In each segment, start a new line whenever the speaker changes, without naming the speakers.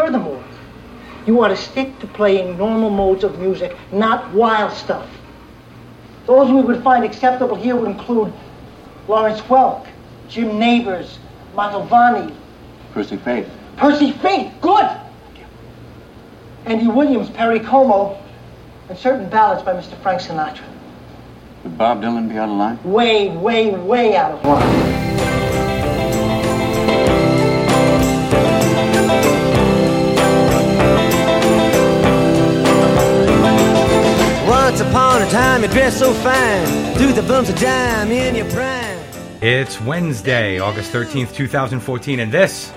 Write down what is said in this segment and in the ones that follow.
Furthermore, you want to stick to playing normal modes of music, not wild stuff. Those we would find acceptable here would include Lawrence Welk, Jim Neighbors, Mantovani,
Percy Faith.
Percy Faith, good! Andy Williams, Perry Como, and certain ballads by Mr. Frank Sinatra.
Would Bob Dylan be out of line?
Way, way, way out of line.
Once upon a time, you dressed so fine. Do the bumps of dime in your prime.
It's Wednesday, August 13th, 2014, and this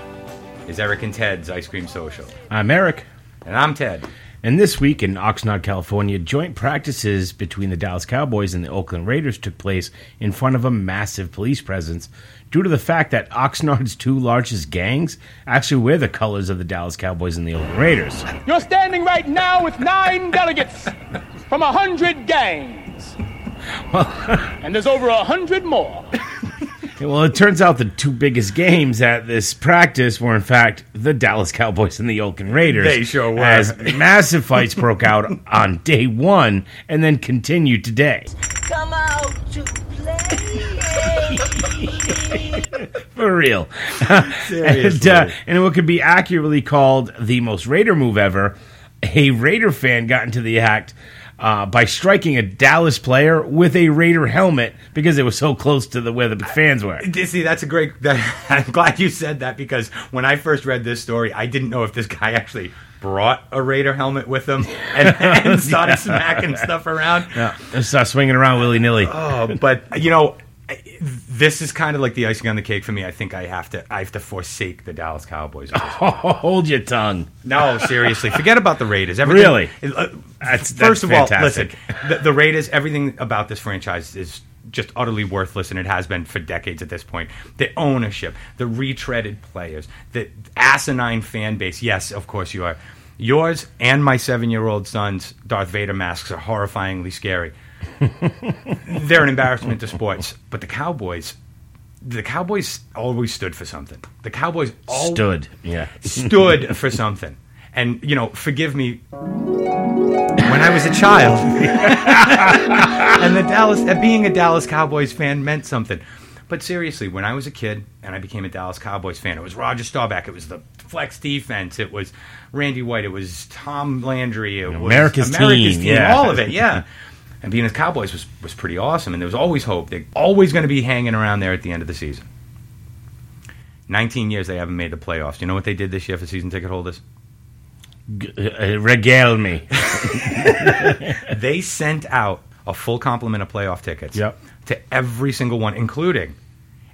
is Eric and Ted's Ice Cream Social.
I'm Eric,
And I'm Ted.
and this week in Oxnard, California, joint practices between the Dallas Cowboys and the Oakland Raiders took place in front of a massive police presence due to the fact that Oxnard's two largest gangs actually wear the colors of the Dallas Cowboys and the Oakland Raiders.
You're standing right now with nine delegates from a hundred gangs. and there's over a hundred more.
Well, it turns out the two biggest games at this practice were, in fact, the Dallas Cowboys and the Oakland Raiders.
They sure were.
As massive fights broke out on day one and then continued today.
come out to play.
For real. and,
Seriously.
uh, and what could be accurately called the most Raider move ever, a Raider fan got into the act uh, by striking a Dallas player with a Raider helmet because it was so close to the where the fans were.
See, that's a great. That, I'm glad you said that because when I first read this story, I didn't know if this guy actually brought a Raider helmet with him and, and started smacking stuff around.
Just start swinging around willy nilly.
Oh, but you know, I- this is kind of like the icing on the cake for me. I think I have to. I have to forsake the Dallas Cowboys. at this point.
Hold your tongue.
No, seriously, forget about the Raiders. Everything,
Really?
Uh,
That's- that's
first of
fantastic.
all, listen, the, the Raiders. Everything about this franchise is just utterly worthless, and it has been for decades at this point. The ownership, the retreaded players, the asinine fan base. Yes, of course you are. Yours and my seven-year-old son's Darth Vader masks are horrifyingly scary. They're an embarrassment to sports, but the Cowboys. The Cowboys always stood for something. The Cowboys always
Stood. Yeah.
stood for something. And you know, forgive me. When I was a child, and the Dallas, uh, being a Dallas Cowboys fan meant something. But seriously, when I was a kid and I became a Dallas Cowboys fan, it was Roger Staubach, it was the flex defense, it was Randy White, it was Tom Landry, it was
America's team, yeah.
all of it, yeah. And being a Cowboys was was pretty awesome, and there was always hope. They're always going to be hanging around there at the end of the season. 19 years they haven't made the playoffs. You know what they did this year for season ticket holders?
G- uh, regale me.
They sent out a full complement of playoff tickets
Yep.
to every single one, including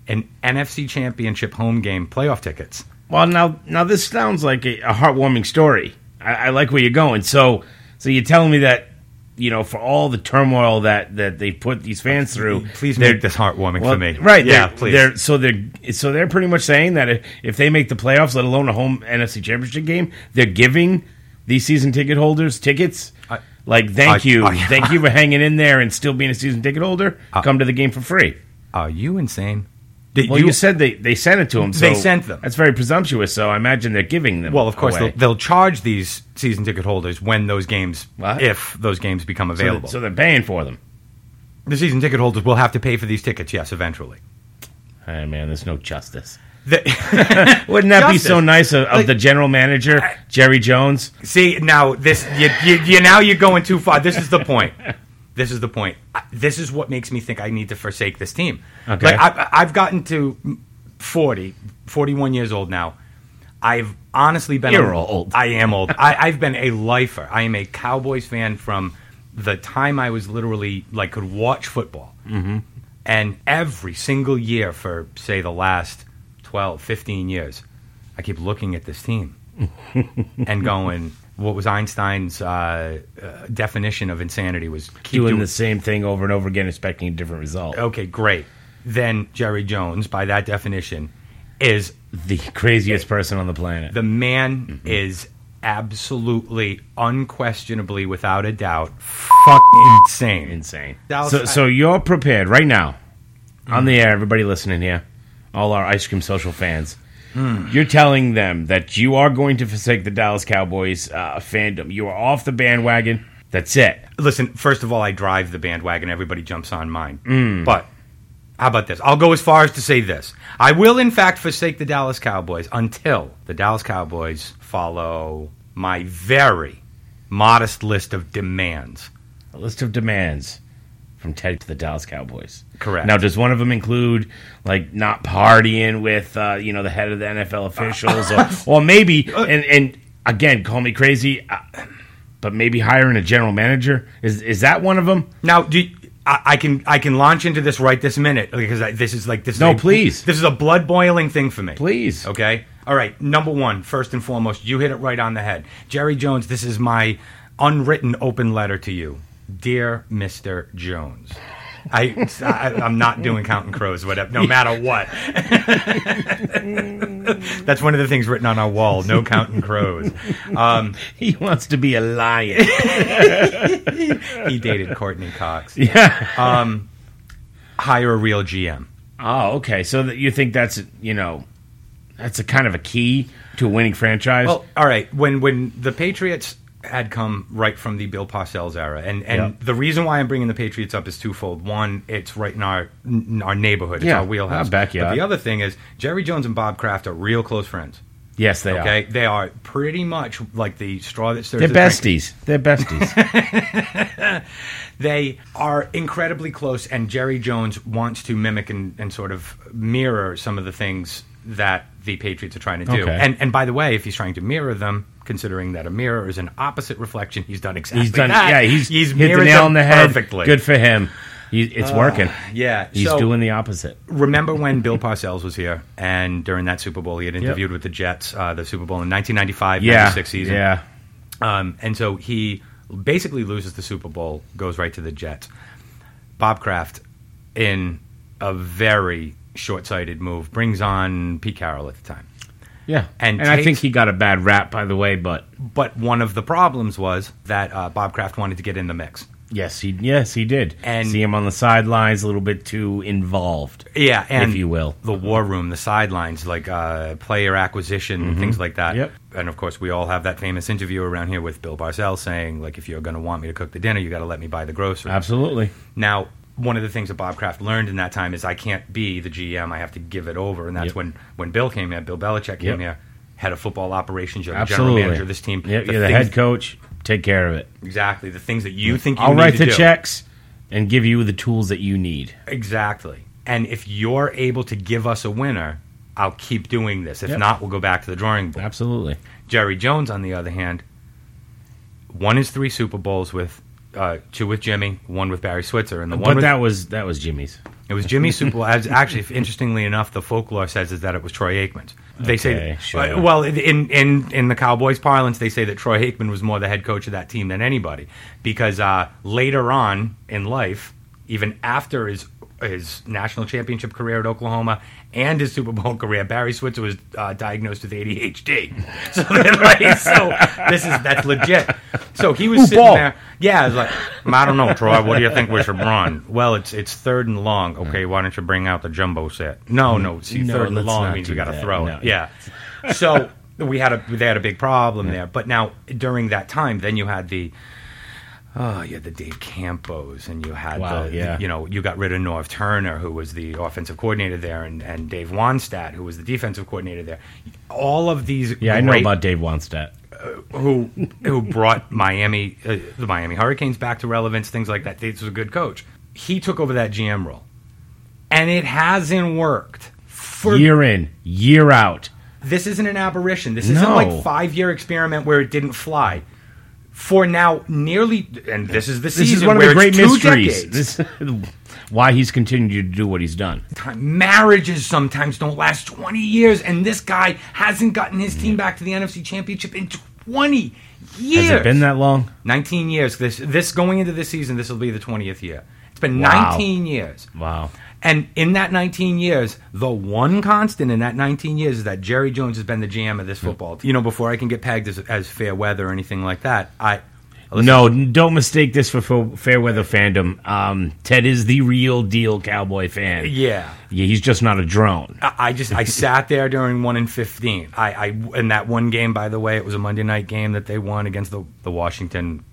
an NFC Championship home game playoff tickets.
Well, now now this sounds like a, a heartwarming story. I, I like where you're going. So so you're telling me that you know for all the turmoil that that they put these fans through,
Please
they're-
make this heartwarming
well,
for me.
Right?
Yeah,
they're-
please.
They're, so they're so they're pretty much saying that if, if they make the playoffs, let alone a home NFC Championship game, they're giving these season ticket holders tickets.
I-
like thank
I-
you,
I-
thank you for hanging in there and still being a season ticket holder. Come to the game for free.
Are you insane? Did
Well, you, said they, they sent it to them. So
They sent them.
That's very presumptuous. So I imagine they're giving them.
Well, of course,
away.
they'll, they'll charge these season ticket holders when those games,
What?
if those games become
So they're-
available.
So they're paying for them.
the season ticket holders will have to pay for these tickets, yes, eventually.
Hey man, there's no justice.
The-
Wouldn't that be
Justice.
so nice of, of the general manager Jerry Jones?
See now this you, you, you now you're going too far. This is the point. This is the point. I- This is what makes me think I need to forsake this team.
Okay.
Like I, I've gotten to 40, 41 years old now. I've honestly been.
You're old.
I am old. I, I've been a lifer. I am a Cowboys fan from the time I was literally like could watch football. Mm-hmm. And every single year for say the last 12, 15 years, I keep looking at this team and going, what was Einstein's uh, uh, definition of insanity was keep
Doing the same thing over and over again, expecting a different result.
Okay, great. Then Jerry Jones, by that definition, is
The craziest person on the planet.
the man is absolutely, unquestionably, without a doubt, fucking insane.
Insane.
Dallas-
so, so you're prepared right now on the air, everybody listening here, all our ice cream social fans. You're telling them that you are going to forsake the Dallas Cowboys uh, fandom. You are off the bandwagon. That's it.
Listen, first of all, I drive the bandwagon. Everybody jumps on mine.
Mm.
But how about this? I'll go as far as to say this. I will, in fact, forsake the Dallas Cowboys until the Dallas Cowboys follow my very modest list of demands.
A list of demands from Ted to the Dallas Cowboys.
Correct.
Now, does one of them include like not partying with uh, you know the head of the NFL officials, or, or maybe and and again, call me crazy, uh, but maybe hiring a general manager is is that one of them?
Now, do you- I, I can I can launch into this right this minute because I, this is like this.
No,
is a-
please.
This is a blood boiling thing for me.
Please.
Okay. All right. Number one, first and foremost, you hit it right on the head, Jerry Jones. This is my unwritten open letter to you, dear Mister Jones. I, I I'm not doing Counting Crows, whatever. No matter what. That's one of the things written on our wall. No Counting Crows. Um,
He wants to be a lion.
he dated Courtney Cox. Um,
yeah.
Hire a real GM.
Oh, okay. So that you think that's you know that's a kind of a key to a winning franchise.
Well, all right. When when the Patriots had come right from the Bill Parcells era, and and
Yeah.
the reason why I'm bringing the Patriots up is twofold. One, it's right in our in our neighborhood, it's
Yeah,
our wheelhouse,
our backyard.
But the other thing is Jerry Jones and Bob Kraft are real close friends.
yes, they
Okay,
are.
they are pretty much like the straw that stirs
They're
the drink.
besties. They're besties.
They are incredibly close, and Jerry Jones wants to mimic and, and sort of mirror some of the things that the Patriots are trying to do.
Okay.
And and by the way, if he's trying to mirror them, considering that a mirror is an opposite reflection, he's done exactly
he's done.
that.
Yeah, he's, hit the
mirrored
nail
them
on the head.
perfectly.
Good for him. He, it's working.
yeah,
He's
so-
doing the opposite.
remember when Bill Parcells was here and during that Super Bowl he had interviewed with the Jets, uh, the Super Bowl in 1995
Yeah.
96 season.
Yeah.
Um, and so he basically loses the Super Bowl, goes right to the Jets. Bob Kraft, in a very short sighted move, brings on Pete Carroll at the time.
Yeah.
And
and I
takes-
think he got a bad rap, by the way, but
But one of the problems was that uh, Bob Kraft wanted to get in the mix.
yes, he yes, he did.
And-
see him on the sidelines a little bit too involved.
Yeah, and
If you will.
the war room, the sidelines, like uh, player acquisition, things like that.
Mm-hmm. Yep.
And of course, we all have that famous interview around here with Bill Barcel saying, like, if you're going to want me to cook the dinner, you got to let me buy the groceries.
Absolutely.
Now, one of the things that Bob Kraft learned in that time is I can't be the GM. I have to give it over, and that's
Yep.
when when Bill came here, Bill Belichick
Yep.
came here, head of football operations, you're the
Absolutely.
general manager of this team.
Yep,
the
you're the
things-
head coach. Take care of it.
Exactly the things that you think you
I'll
need
write
to
the
do.
checks and give you the tools that you need.
Exactly. And if you're able to give us a winner, I'll keep doing this. If
Yep.
not, we'll go back to the drawing board.
Absolutely.
Jerry Jones, on the other hand, won his three Super Bowls with uh, two with Jimmy, one with Barry Switzer, and the one
But
with
that was that was Jimmy's.
It was Jimmy's Super Bowl. As- Actually, interestingly enough, the folklore says is that it was Troy Aikman's. They
Okay,
say,
sure.
uh, well, in, in in the Cowboys parlance, they say that Troy Aikman was more the head coach of that team than anybody because uh, later on in life, even after his his national championship career at Oklahoma and his Super Bowl career, Barry Switzer was uh, diagnosed with ADHD. So, they're like, so this is that's legit. So he was sitting
ball.
there. Yeah, it's like "Mm, I don't know, Troy. What do you think we should run? Well, it's it's third and long. Okay, why don't you bring out the jumbo set? No, no. See,
No,
third and
let's
long
not
means
do
we got to
that.
throw
No,
it. Yeah. so we had a they had a big problem there. But now during that time, then you had the. Oh, you had the Dave Campos, and you had
Wow,
the,
yeah.
you know you got rid of Norv Turner, who was the offensive coordinator there, and, and Dave Wanstad, who was the defensive coordinator there. All of these,
Yeah, I know
great-
about Dave Wonstadt.
who who brought Miami uh, the Miami Hurricanes back to relevance, things like that. This was a good coach. He took over that GM role, and it hasn't worked. For
year in, year out.
this isn't an apparition. This
No.
isn't like five year experiment where it didn't fly. For now, nearly, and this is the
This
season
is one of the
where
great
it's two
mysteries.
decades.
This, why he's continued to do what he's done.
time. Marriages sometimes don't last 20 years, and this guy hasn't gotten his team back to the NFC Championship in 20 years.
Has it been that long?
19 years. This this going into this season, this will be the 20th year. It's been
Wow.
19 years.
Wow.
And in that 19 years, the one constant in that 19 years is that Jerry Jones has been the GM of this football team. You know, before I can get pegged as, as fair weather or anything like that, I Listen,
No, don't mistake this for fa- fair weather fandom. Um, Ted is the real deal cowboy fan.
Yeah.
Yeah, he's just not a drone.
I I just I sat there during one and fifteen. I, I in that one game, by the way, it was a Monday night game that they won against the the Washington.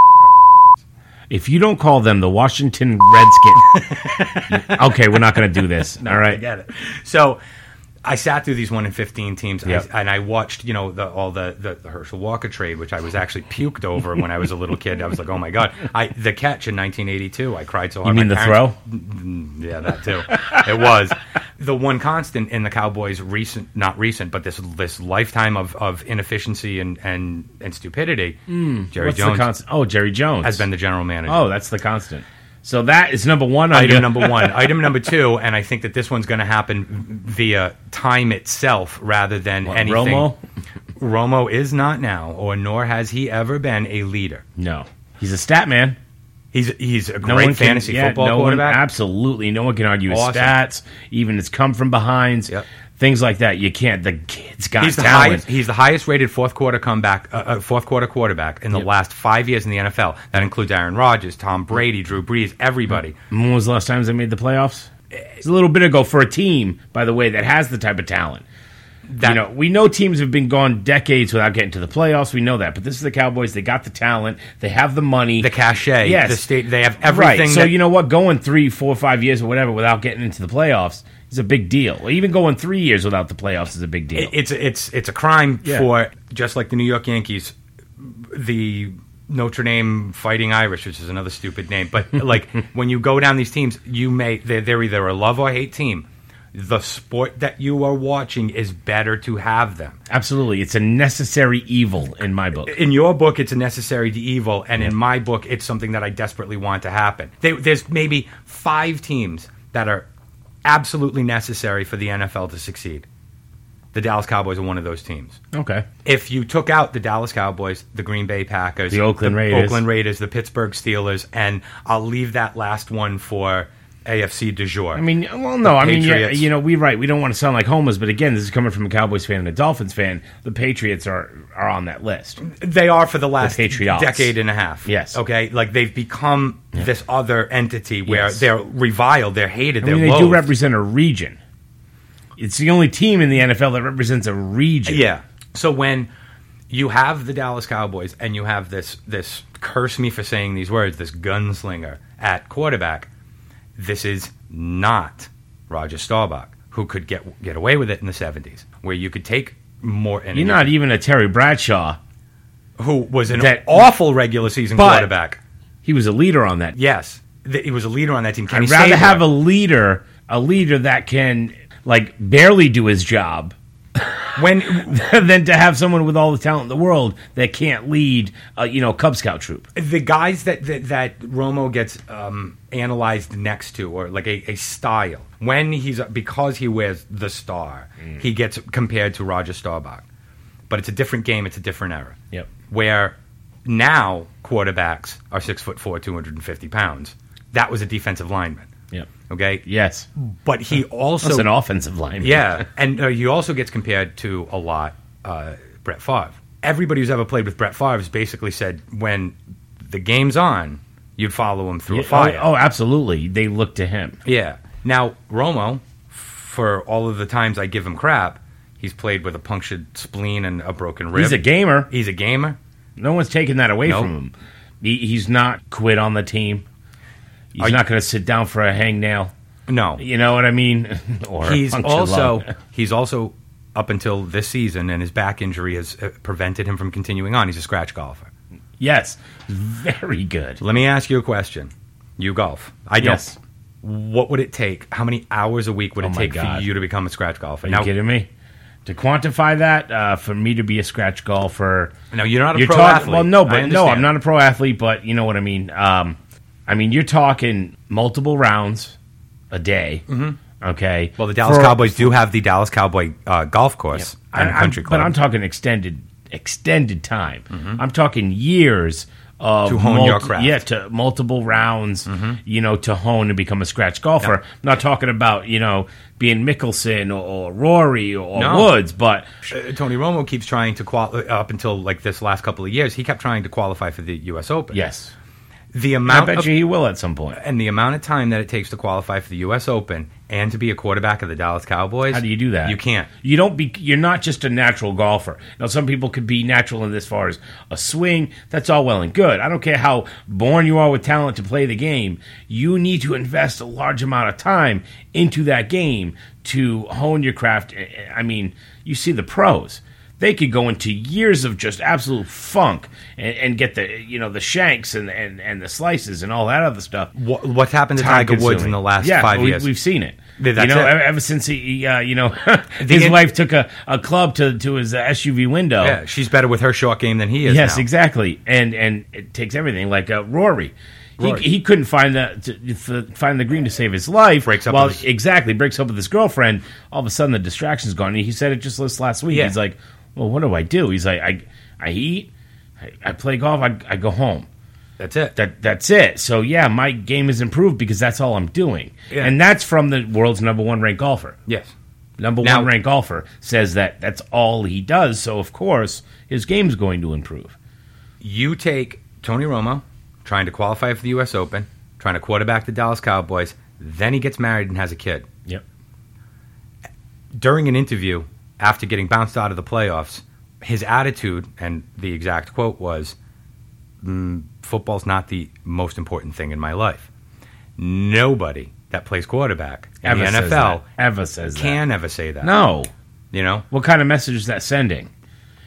If you don't call them the Washington Redskins, okay, we're not going to do this. all
I
right,
get it. So I sat through these one and fifteen teams, I-
Yep.
and I watched you know the, all the, the the Herschel Walker trade, which I was actually puked over when I was a little kid. I was like, oh my god! I the catch in 1982, I cried so hard.
mean
My
the
parents- Mm, Yeah, that too. it was the one constant in the Cowboys' recent, not recent, but this this lifetime of, of inefficiency and and and stupidity. Jerry
Hmm.
Jones
what's the constant? Oh, Jerry Jones
has been the general manager.
Oh, that's the constant. So that is number one. on your-
Item number one. Item number two, and I think that this one's going to happen via time itself rather than
What,
anything.
Romo?
Romo is not now, or nor has he ever been a leader.
No, he's a stat man.
He's he's a great
No one can-
fantasy
yeah,
football
no one-
quarterback.
absolutely, no one can argue his
Awesome.
stats. Even his come from behinds,
Yep.
things like that. You can't. The kid's got
He's the,
talent.
highest, he's the highest rated fourth quarter comeback, uh, uh, fourth quarter quarterback in the last five years in the NFL. That includes Aaron Rodgers, Tom Brady, Drew Brees, everybody.
When was the last time they made the playoffs? It's a little bit ago for a team, by the way, that has the type of talent.
That,
you know, we know teams have been gone decades without getting to the playoffs. We know that, but this is the Cowboys. They got the talent. They have the money.
the cachet,
Yes.
the state, they have everything.
Right. So
that-
you know what? Going three, four, five years or whatever without getting into the playoffs is a big deal. Even going three years without the playoffs is a big deal.
It- it's it's it's a crime
Yeah.
for just like the New York Yankees, the Notre Dame Fighting Irish, which is another stupid name. But like when you go down these teams, you may they're, they're either a love or hate team. The sport that you are watching is better to have them.
Absolutely, it's a necessary evil in my book.
In your book, it's a necessary evil, and in my book, it's something that I desperately want to happen. They, there's maybe five teams that are absolutely necessary for the NFL to succeed. The Dallas Cowboys are one of those teams.
Okay.
if you took out the Dallas Cowboys, the Green Bay Packers,
The Oakland Raiders.
Oakland Raiders, the Pittsburgh Steelers, and I'll leave that last one for AFC du jour.
I mean, well, no, I mean, yeah,
Patriots.
you know, we right. We don't want to sound like homers, but again, this is coming from a Cowboys fan and a Dolphins fan. The Patriots are are on that list.
they are for the last
The Patriots.
decade and a half.
Yes.
Okay. Like they've become this other entity where
Yes.
they're reviled, they're hated,
I mean,
they're
they do
loathed.
represent a region. It's the only team in the NFL that represents a region.
Yeah. So when you have the Dallas Cowboys and you have this this curse me for saying these words, this gunslinger at quarterback, this is not Roger Staubach who could get get away with it in the 70s where you could take more and
You're not even a Terry Bradshaw.
who was an
that-
awful regular season
But-
quarterback.
He was a leader on that.
Yes. Th- He was a leader on that team. Kenny
I'd rather
Stabler.
have a leader, a leader that can like barely do his job,
when
than to have someone with all the talent in the world that can't lead, a, you know, Cub Scout troop.
the guys that that, that Romo gets um, analyzed next to, or like a, a style, when he's because he wears the star,
Mm.
he gets compared to Roger Staubach. But it's a different game; it's a different era.
Yep.
Where now quarterbacks are six foot four, two hundred and fifty pounds. That was a defensive lineman.
Yep.
Okay.
Yes,
But he also
that's an offensive line.
yeah, and uh, he also gets compared to a lot uh, Brett Favre. Everybody who's ever played with Brett Favre has basically said when the game's on, you'd follow him through a fire.
Oh, oh, absolutely. They look to him.
Yeah. Now Romo, for all of the times I give him crap, he's played with a punctured spleen and a broken rib.
He's a gamer.
He's a gamer.
No one's taking that away
Nope.
from him. He, he's not quit on the team. He's
Are you-
not going to sit down for a hangnail.
No,
You know what I mean? or a
he's
punctured
also
lung.
he's also up until this season, and his back injury has uh, prevented him from continuing on. He's a scratch golfer.
yes, very good.
Let me ask you a question. You golf. I don't.
Yes.
What would it take? How many hours a week would
Oh
it
my
take for
God.
you to become a scratch golfer?
Are you kidding me? To quantify that, uh, for me to be a scratch golfer,
No, you're not a pro
talking-
athlete.
Well, no,
I
but no,
understand.
I'm not a pro athlete, but you know what I mean. Um, I mean, you're talking multiple rounds a day. Mm-hmm. Okay.
Well, the Dallas
For-
Cowboys do have the Dallas Cowboy uh, golf course
I-
and
I'm-
country club. Mm-hmm.
But I'm talking extended extended time. I'm talking years of
To hone
multi-
your craft. Mm-hmm.
Yeah, to multiple rounds, you know, to hone and become a scratch golfer.
Yeah.
I'm not talking about, you know, being Mickelson or, or Rory or
No.
Woods, but
Uh, Tony Romo keeps trying to qualify up until like this last couple of years. He kept trying to qualify for the U.S. Open.
yes.
the
I
amount
bet
of,
you he will at some point.
and the amount of time that it takes to qualify for the U.S. Open and to be a quarterback of the Dallas Cowboys.
How do you do that?
You can't.
You don't be. You're not just a natural golfer. Now, some people could be natural in this far as a swing. That's all well and good. I don't care how born you are with talent to play the game. You need to invest a large amount of time into that game to hone your craft. I- I mean, you see the pros. They could go into years of just absolute funk and, and get the you know the shanks and, and and the slices and all that other stuff
What, what's happened to Tiger Woods in the last
yeah,
five
we,
years?
We've seen it.
Yeah, that's
you know,
it.
ever, ever since he, uh, you know, his
in-
wife took a, a club to, to his uh, SUV window.
yeah, she's better with her short game than he is.
yes,
now.
exactly. And and it takes everything. Like uh, Rory.
Rory.
He, he couldn't find the to, f- find the green to save his life.
Breaks up
Well,
with his-
exactly. Breaks up with his girlfriend. All of a sudden, the distraction's gone. And he said it just this last week.
Yeah.
He's like, "Well, what do I do?" He's like, "I I eat, I, I play golf, I, I go home."
That's it.
that that's it. So yeah, my game is improved because that's all I'm doing,
Yeah.
and that's from the world's number one ranked golfer.
yes.
Number
Now-
one ranked golfer says that that's all he does. So of course his game's going to improve.
You take Tony Romo trying to qualify for the U.S. Open, trying to quarterback the Dallas Cowboys. Then he gets married and has a kid.
Yep.
during an interview after getting bounced out of the playoffs, his attitude and the exact quote was, mm, "Football's not the most important thing in my life." Nobody that plays quarterback in
Ever
the NFL
says that. ever says that.
can ever say that.
no.
You know,
What kind of message is that sending?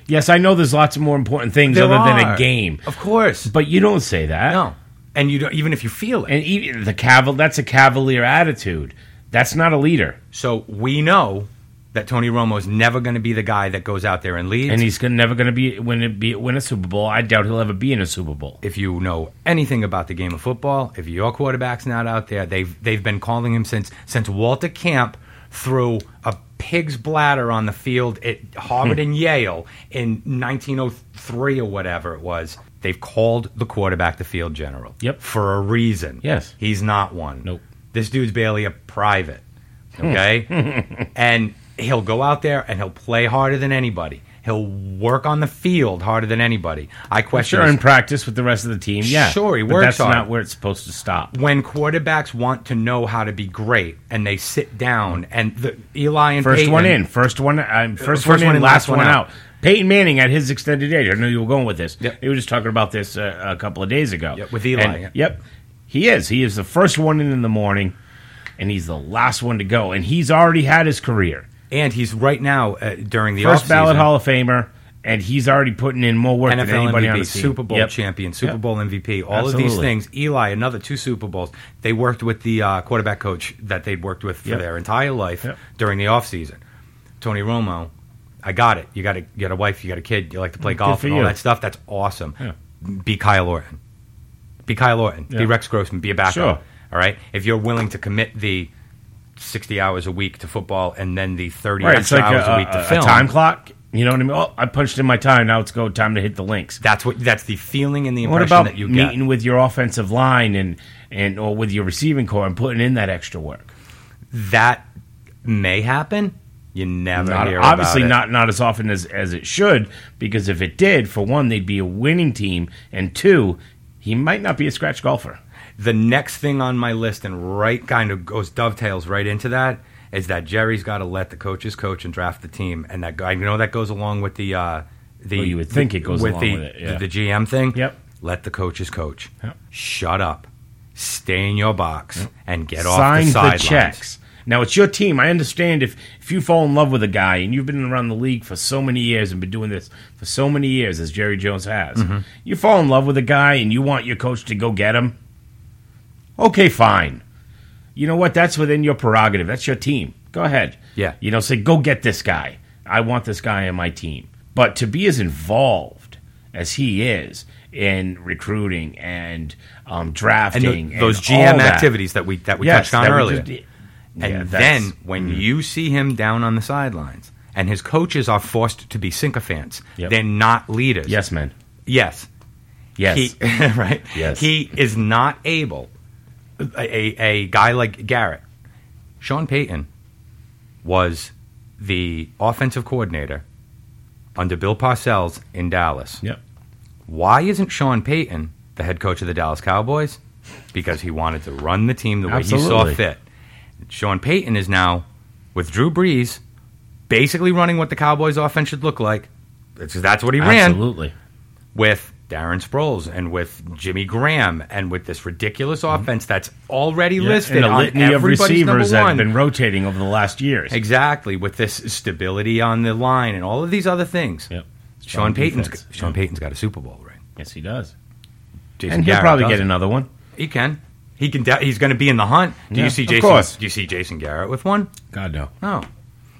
Yes, I know there's lots of more important things
There
other than a
are.
game,
of course,
but you don't say that.
no. And you don't, even if you feel it.
And even the caval that's a cavalier attitude. That's not a leader.
So we know that Tony Romo's never going to be the guy that goes out there and leads.
And he's gonna, never going to be win, it be win a Super Bowl. I doubt he'll ever be in a Super Bowl.
if you know anything about the game of football, if your quarterback's not out there, they've they've been calling him since since Walter Camp threw a pig's bladder on the field at Harvard
Hmm.
and Yale in 1903 or whatever it was. They've called the quarterback the field general.
Yep.
For a reason.
Yes.
He's not one.
Nope. Hmm.
This dude's barely a private. Okay? and he'll go out there and he'll play harder than anybody. He'll work on the field harder than anybody. I question
Sure,
his-
in practice with the rest of the team, yeah.
Sure, he
but
works
That's
hard.
not where it's supposed to stop.
when quarterbacks want to know how to be great and they sit down and the Eli and
First
Peyton-
one in, first one, um, first,
first
one, in, last, one out.
out.
Peyton Manning at his extended age. I know you were going with this.
Yep.
We were just talking about this uh, a couple of days ago
Yep, with Eli,
And-
yeah.
Yep, he is. He is the first one in in the morning, and he's the last one to go. And he's already had his career.
and he's right now uh, during the
First
offseason,
ballot Hall of Famer, and he's already putting in more work
NFL
than anybody
MVP,
on the team.
Super Bowl
Yep.
champion, Super
Yep.
Bowl MVP, all of these
Absolutely.
things. Eli, another two Super Bowls. They worked with the uh, quarterback coach that they'd worked with for
Yep.
their entire life
Yep.
during the offseason. Tony Romo, I got it. You got a, you got a wife, you got a kid, you like to play golf
for
and all
you.
that stuff. That's awesome.
Yeah.
Be Kyle Orton. Be Kyle Orton.
Yeah.
Be Rex Grossman. Be a backup.
Sure.
All right? If you're willing to commit the 60 hours a week to football and then the 30
Right, it's
extra
like
hours
a,
a week to
a- a
film.
time clock. You know what I mean? Oh, I punched in my time. Now it's go time to hit the links.
that's what. That's the feeling and the
What
impression
about
that you get.
meeting with your offensive line and and or with your receiving core and putting in that extra work?
that may happen. You never
Not-
hear about
obviously
it.
not not as often as as it should because if it did, for one, they'd be a winning team, and two, he might not be a scratch golfer.
The next thing on my list, and right kind of goes dovetails right into that, is that Jerry's got to let the coaches coach and draft the team, and that I know that goes along with the uh, the.
Well, you would think it goes along
the,
with it, yeah.
the, the GM thing.
Yep.
Let the coaches coach.
Yep.
Shut up. Stay in your box and get
Sign
off
the,
the sidelines.
checks. Now it's your team. I understand if if you fall in love with a guy and you've been around the league for so many years and been doing this for so many years as Jerry Jones has,
Mm-hmm.
you fall in love with a guy and you want your coach to go get him. Okay, fine. You know what? That's within your prerogative. That's your team. Go ahead.
Yeah.
You know, say go get this guy. I want this guy on my team. But to be as involved as he is in recruiting and um,
And
drafting
tho-
and
those
all
GM
that.
activities that we that we touched on
that we
earlier.
just-
And
Yeah, that's- mm-hmm.
then when you see him down on the sidelines, and his coaches are forced to be sycophants,
Yep.
they're not leaders.
yes, man.
Yes.
Yes.
He, right?
Yes.
He is not able, a, a, a guy like Garrett, Sean Payton was the offensive coordinator under Bill Parcells in Dallas.
Yep.
Why isn't Sean Payton the head coach of the Dallas Cowboys? Because he wanted to run the team the way
Absolutely.
he saw fit. Sean Payton is now with Drew Brees, basically running what the Cowboys offense should look like. That's, that's what he ran
Absolutely.
with Darren Sproles and with Jimmy Graham and with this ridiculous offense that's already
Mm-hmm. Yeah,
listed
and a
on
litany of
everybody's
receivers
number
that
one.
have been rotating over the last years.
exactly with this stability on the line and all of these other things.
Yep.
Sean
Strong
Payton's
defense.
Sean
Yeah.
Payton's got a Super Bowl ring.
Yes, he does.
Jason
And he'll
Garrett
probably get
doesn't.
another one.
He can. He can. de- he's going to be in the hunt. Do
Yeah,
you see
of
Jason?
course.
Do you see Jason Garrett with one?
God no.
No.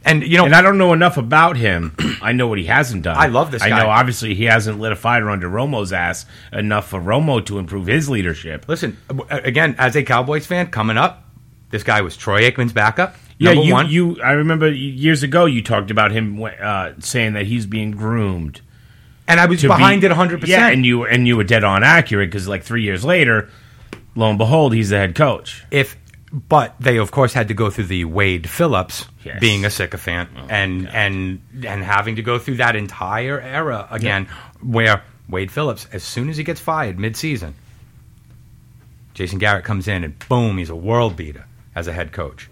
And you know,
And I don't know enough about him. I know what he hasn't done.
I love this
I
guy.
know obviously he hasn't lit a fire under Romo's ass enough for Romo to improve his leadership.
listen w- again as a Cowboys fan coming up. This guy was Troy Aikman's backup.
Yeah,
number
you,
one.
you. I remember years ago you talked about him uh, saying that he's being groomed.
and I was
to
behind
be-
it 100.
Yeah,
percent
and you and you were dead on accurate because like three years later, lo and behold, he's the head coach.
if but they of course had to go through the Wade Phillips
Yes. Oh,
being a sycophant and and and having to go through that entire era again where Wade Phillips as soon as he gets fired mid-season Jason Garrett comes in and boom he's a world beater as a head coach.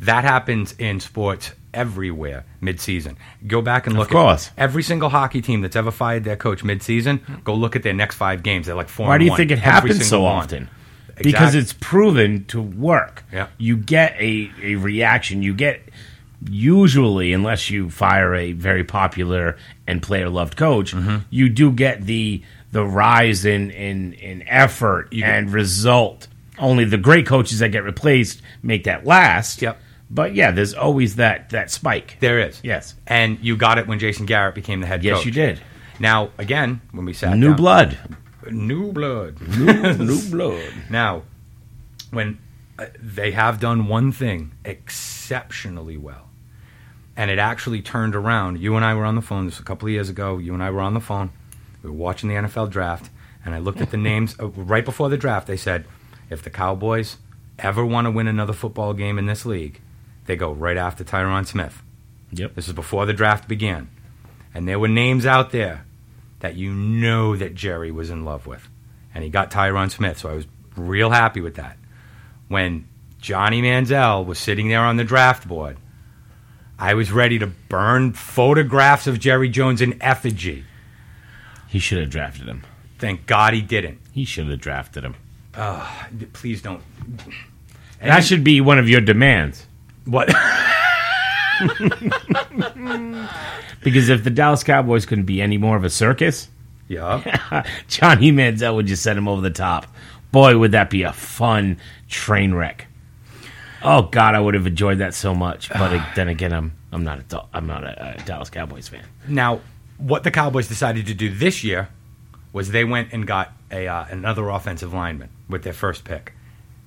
That happens in sports everywhere mid-season. Go back and look
course.
at every single hockey team that's ever fired their coach mid-season. Go look at their next 5 games. They're like 4
Why
and
do you
one.
think it
Every
happens so
single one.
often? Because
Exact-
it's proven to work.
Yeah.
You get a, a reaction. You get usually, unless you fire a very popular and player loved coach,
Mm-hmm.
you do get the the rise in in, in effort
You get-
and result. Only the great coaches that get replaced make that last.
Yep.
But yeah, there's always that that spike.
There is.
Yes.
And you got it when Jason Garrett became the head
Yes,
coach.
you did.
Now, again, when we sat
New
down-
blood.
New blood.
New blood.
now, when uh, they have done one thing exceptionally well, and it actually turned around. You and I were on the phone this was a couple of years ago. You and I were on the phone. We were watching the NFL draft, and I looked at the names uh, right before the draft. They said, if the Cowboys ever want to win another football game in this league, they go right after Tyron Smith.
Yep.
This is before the draft began. And there were names out there that you know that Jerry was in love with. And he got Tyron Smith, so I was real happy with that. When Johnny Manziel was sitting there on the draft board, I was ready to burn photographs of Jerry Jones in effigy.
He should have drafted him.
Thank God he didn't.
He should have drafted him.
Please don't.
That should be one of your demands.
What?
Because if the Dallas Cowboys couldn't be any more of a circus,
yeah.
Johnny Manziel would just send him over the top. Boy, would that be a fun train wreck! Oh God, I would have enjoyed that so much. But ag- then again, I'm I'm not a Dal- I'm not a, a Dallas Cowboys fan.
Now, what the Cowboys decided to do this year was they went and got a uh, another offensive lineman with their first pick,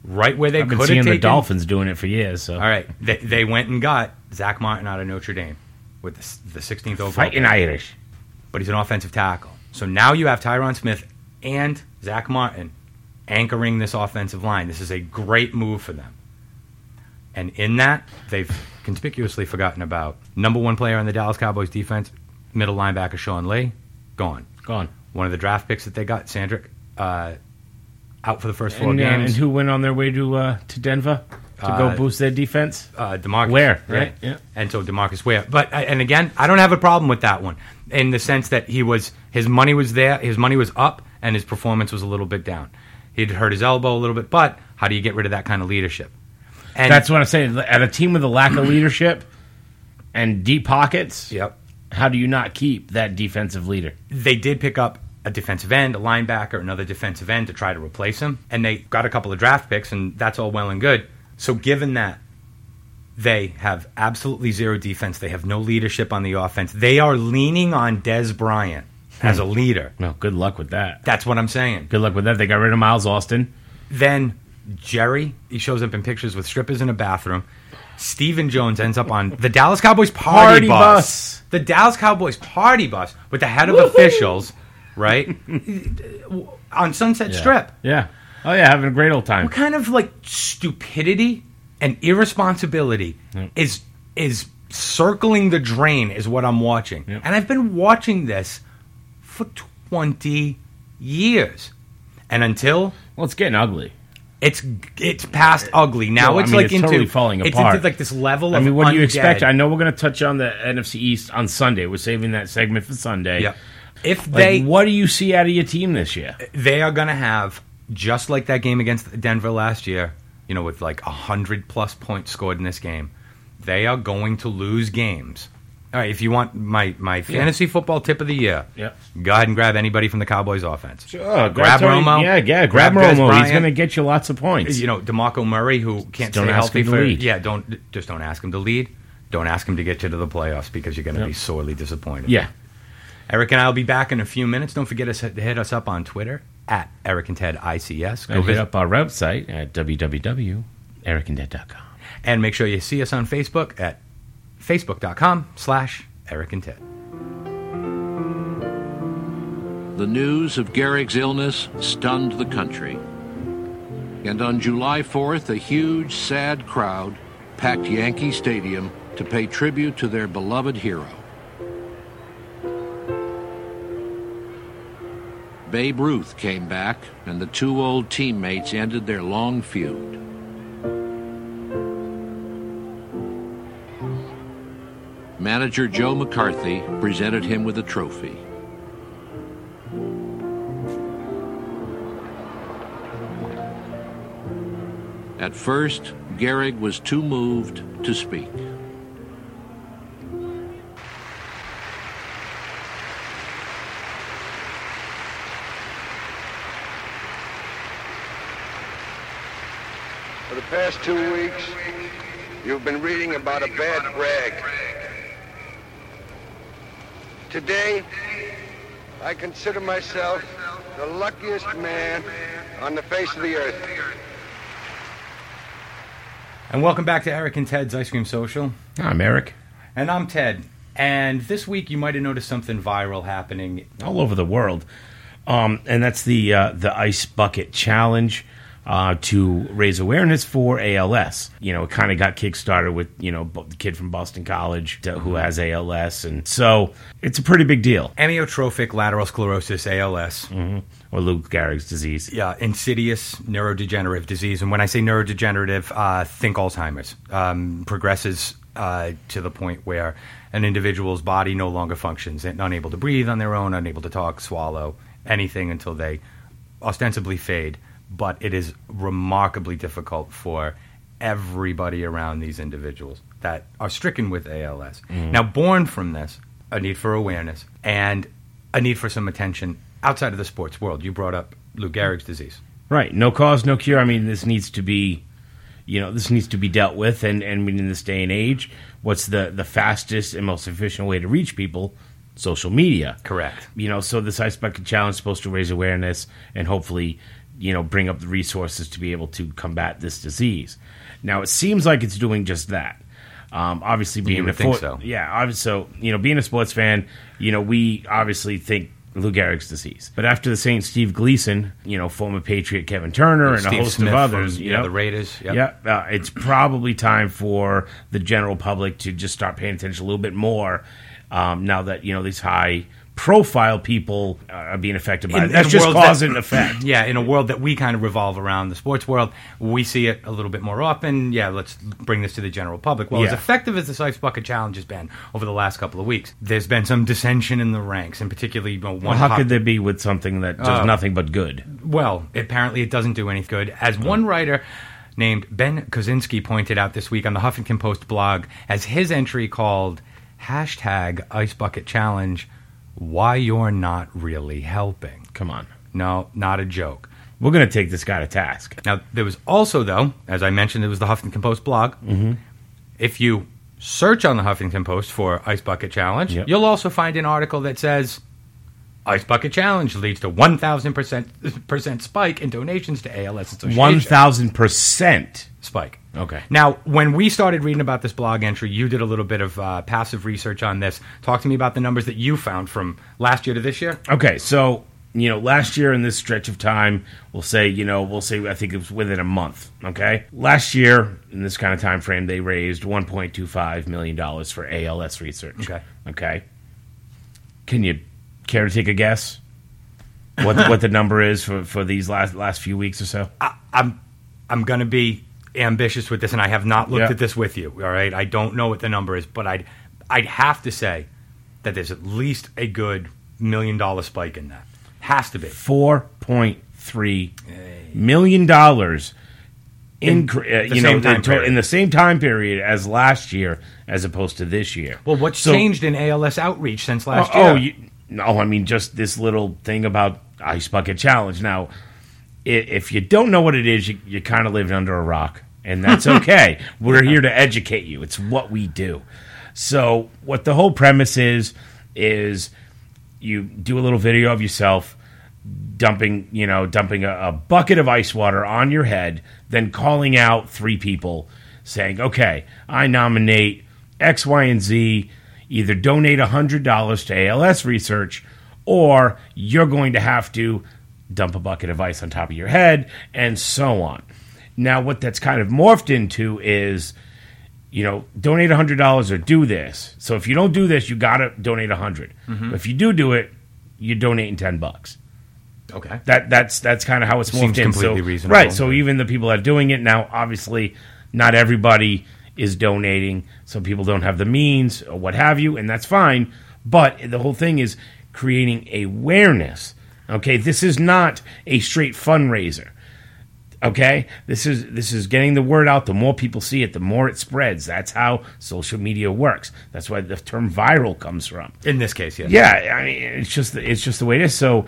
right where they
I've been
could have
seeing
taken.
the Dolphins doing it for years. So
All right, they, they went and got Zach Martin out of Notre Dame with the, s- the 16th overall,
fighting
pick,
Irish.
but he's an offensive tackle. So now you have Tyron Smith and Zach Martin anchoring this offensive line. This is a great move for them. And in that, they've conspicuously forgotten about number one player on the Dallas Cowboys defense, middle linebacker Sean Lee, gone
Gone.
one of the draft picks that they got, Sandrick, uh, out for the first four
And, uh,
games.
and who went on their way to uh, to Denver to
Uh,
go boost their defense?
uh, Demarcus
Ware,
yeah.
right? Yeah.
And so Demarcus Ware, but uh, and again, I don't have a problem with that one in the sense that he was his money was there, his money was up, and his performance was a little bit down. He'd hurt his elbow a little bit, but how do you get rid of that kind of leadership? And
That's what I'm saying. At a team with a lack of leadership and deep pockets,
yep.
how do you not keep that defensive leader?
They did pick up a defensive end, a linebacker, another defensive end to try to replace him, and they got a couple of draft picks, and that's all well and good. So given that, They have absolutely zero defense. They have no leadership on the offense. They are leaning on Des Bryant as a leader.
No, good luck with that.
That's what I'm saying.
Good luck with that. They got rid of Miles Austin.
Then Jerry, he shows up in pictures with strippers in a bathroom. Steven Jones ends up on the Dallas Cowboys party,
Party
bus.
bus.
The Dallas Cowboys party bus with the head of officials right? On Sunset Strip.
Yeah. Oh yeah, having a great old time.
What kind of like stupidity and irresponsibility is is circling the drain is what I'm watching.
Yep.
And I've been watching this for 20 years. And until
Well, it's getting ugly.
it's it's past ugly. Now
No, I
it's
mean,
like
it's
into
totally falling
it's
apart.
into like this level
I
of
mean, what do you expect?
undead.
I know we're going to touch on the NFC East on Sunday. We're saving that segment for Sunday.
Yeah. If
Like,
they Eh,
what do you see out of your team this year?
they are going to have just like that game against Denver last year. You know, with like a hundred plus points scored in this game, they are going to lose games. All right, if you want my my fantasy football tip of the year,
Yep.
go ahead and grab anybody from the Cowboys offense.
Oh,
Uh, Grab Romo.
Yeah, yeah, grab,
Grab Dez
Romo. He's
Bryant.
going to get you lots of points.
You know, Demarco Murray, who can't
don't
stay
ask
healthy
him to
for
lead.
yeah, don't just don't ask him to lead. Don't ask him to get you to the playoffs because you're going to
Yep.
be sorely disappointed.
yeah.
Eric and I will be back in a few minutes. Don't forget us, to hit us up on Twitter at Eric and Ted ICS. Go
Go hit
visit
up our website at www.ericanded.com.
And make sure you see us on Facebook at facebook.com slash Eric and Ted.
The news of Gehrig's illness stunned the country. And on July 4th, a huge, sad crowd packed Yankee Stadium to pay tribute to their beloved hero. Babe Ruth came back, and the two old teammates ended their long feud. Manager Joe McCarthy presented him with a trophy. At first, Gehrig was too moved to speak.
For the past two weeks, you've been reading about a bad brag. Today, I consider myself the luckiest man on the face of the earth.
And welcome back to Eric and Ted's Ice Cream Social.
I'm Eric.
And I'm Ted. And this week you might have noticed something viral happening.
all over the world. Um, and that's the uh, the ice bucket challenge uh, to raise awareness for ALS. You know, it kind of got kickstarted with you know bo- the kid from Boston College to, who has ALS, and so it's a pretty big deal.
Amyotrophic lateral sclerosis, ALS.
Or Lou Gehrig's disease.
Yeah, uh, insidious neurodegenerative disease. And when I say neurodegenerative, uh, think Alzheimer's. Um, progresses uh, to the point where an individual's body no longer functions, and unable to breathe on their own, unable to talk, swallow, anything until they ostensibly fade. But it is remarkably difficult for everybody around these individuals that are stricken with ALS. Now, born from this, a need for awareness and a need for some attention outside of the sports world. You brought up Lou Gehrig's disease.
Right. No cause, no cure. I mean, this needs to be, you know, this needs to be dealt with. And and in this day and age, what's the the fastest and most efficient way to reach people? Social media.
Correct.
You know, so this Ice Bucket Challenge is supposed to raise awareness and hopefully, you know, bring up the resources to be able to combat this disease. Now, it seems like it's doing just that. Um, obviously, being
would
a
think
fo-
so.
yeah, obviously, so you know, being a sports fan, you know, we obviously think Lou Gehrig's disease. But after the Saint Steve Gleason, you know, former Patriot Kevin Turner and
Steve
a host
Smith
of others,
from,
you
yeah,
know,
the Raiders, yep.
yeah, uh, it's probably time for the general public to just start paying attention a little bit more um, now that you know these high profile people uh, are being affected by
In-
it. That's
in
just
worlds
cause
that-
and effect.
Yeah, in a world that we kind of revolve around the sports world, we see it a little bit more often. Yeah, let's bring this to the general public. Well, as
Yeah.
effective as the Ice Bucket Challenge has been over the last couple of weeks, there's been some dissension in the ranks, and particularly you know, one.
Well, how
pop-
could there be with something that
Uh,
does nothing but good?
well, apparently it doesn't do any good. As one writer named Ben Kozinski pointed out this week on the Huffington Post blog, as his entry called hashtag Ice Bucket Challenge, why you're not really helping.
Come on,
No, not a joke.
we're going to take this guy to task.
Now, there was also, though, as I mentioned, it was the Huffington Post blog.
Mm-hmm.
If you search on the Huffington Post for Ice Bucket Challenge,
Yep.
you'll also find an article that says Ice Bucket Challenge leads to 1,000% percent spike in donations to ALS Association.
One thousand percent.
spike.
Okay.
Now, when we started reading about this blog entry, you did a little bit of uh, passive research on this. Talk to me about the numbers that you found from last year to this year.
Okay, so you know, last year in this stretch of time, we'll say, you know, we'll say I think it was within a month. Okay, last year in this kind of time frame, they raised 1.25 million dollars for ALS research.
Okay.
okay. Can you care to take a guess what the, what the number is for, for these last last few weeks or so?
I'm I'm going to be ambitious with this, and I have not looked
Yeah.
at this with you. All right, I don't know what the number is, but I'd I'd have to say that there's at least a good million dollar spike in that. Has to be.
Four point three million dollars in, uh,
the
you know
same time
in to-
period.
in the same time period as last year as opposed to this year.
Well, what's
So-
changed in ALS outreach since last
oh,
year?
oh, you, no, I mean just this little thing about ice bucket challenge. Now, i- if you don't know what it is, you, you kind of lived under a rock, and that's okay. We're here to educate you. It's what we do. So, what the whole premise is is you do a little video of yourself dumping, you know, dumping a, a bucket of ice water on your head, then calling out three people saying, "Okay, I nominate X, Y, and Z. Either donate hundred dollars to ALS research, or you're going to have to dump a bucket of ice on top of your head, and so on." Now, what that's kind of morphed into is you know, donate hundred dollars or do this. So if you don't do this, you gotta donate a 100 If you do do it, you're donating ten bucks.
okay.
That that's that's kind of how it's morphed
Seems
in.
completely
so,
reasonable.
Right. So even the people that are doing it now, obviously, not everybody is donating. Some people don't have the means or what have you, and that's fine. But the whole thing is creating awareness. Okay, this is not a straight fundraiser. Okay, this is this is getting the word out. The more people see it, the more it spreads. That's how social media works. That's why the term viral comes from.
In this case, yes.
Yeah, I mean, it's just it's just the way it is. So,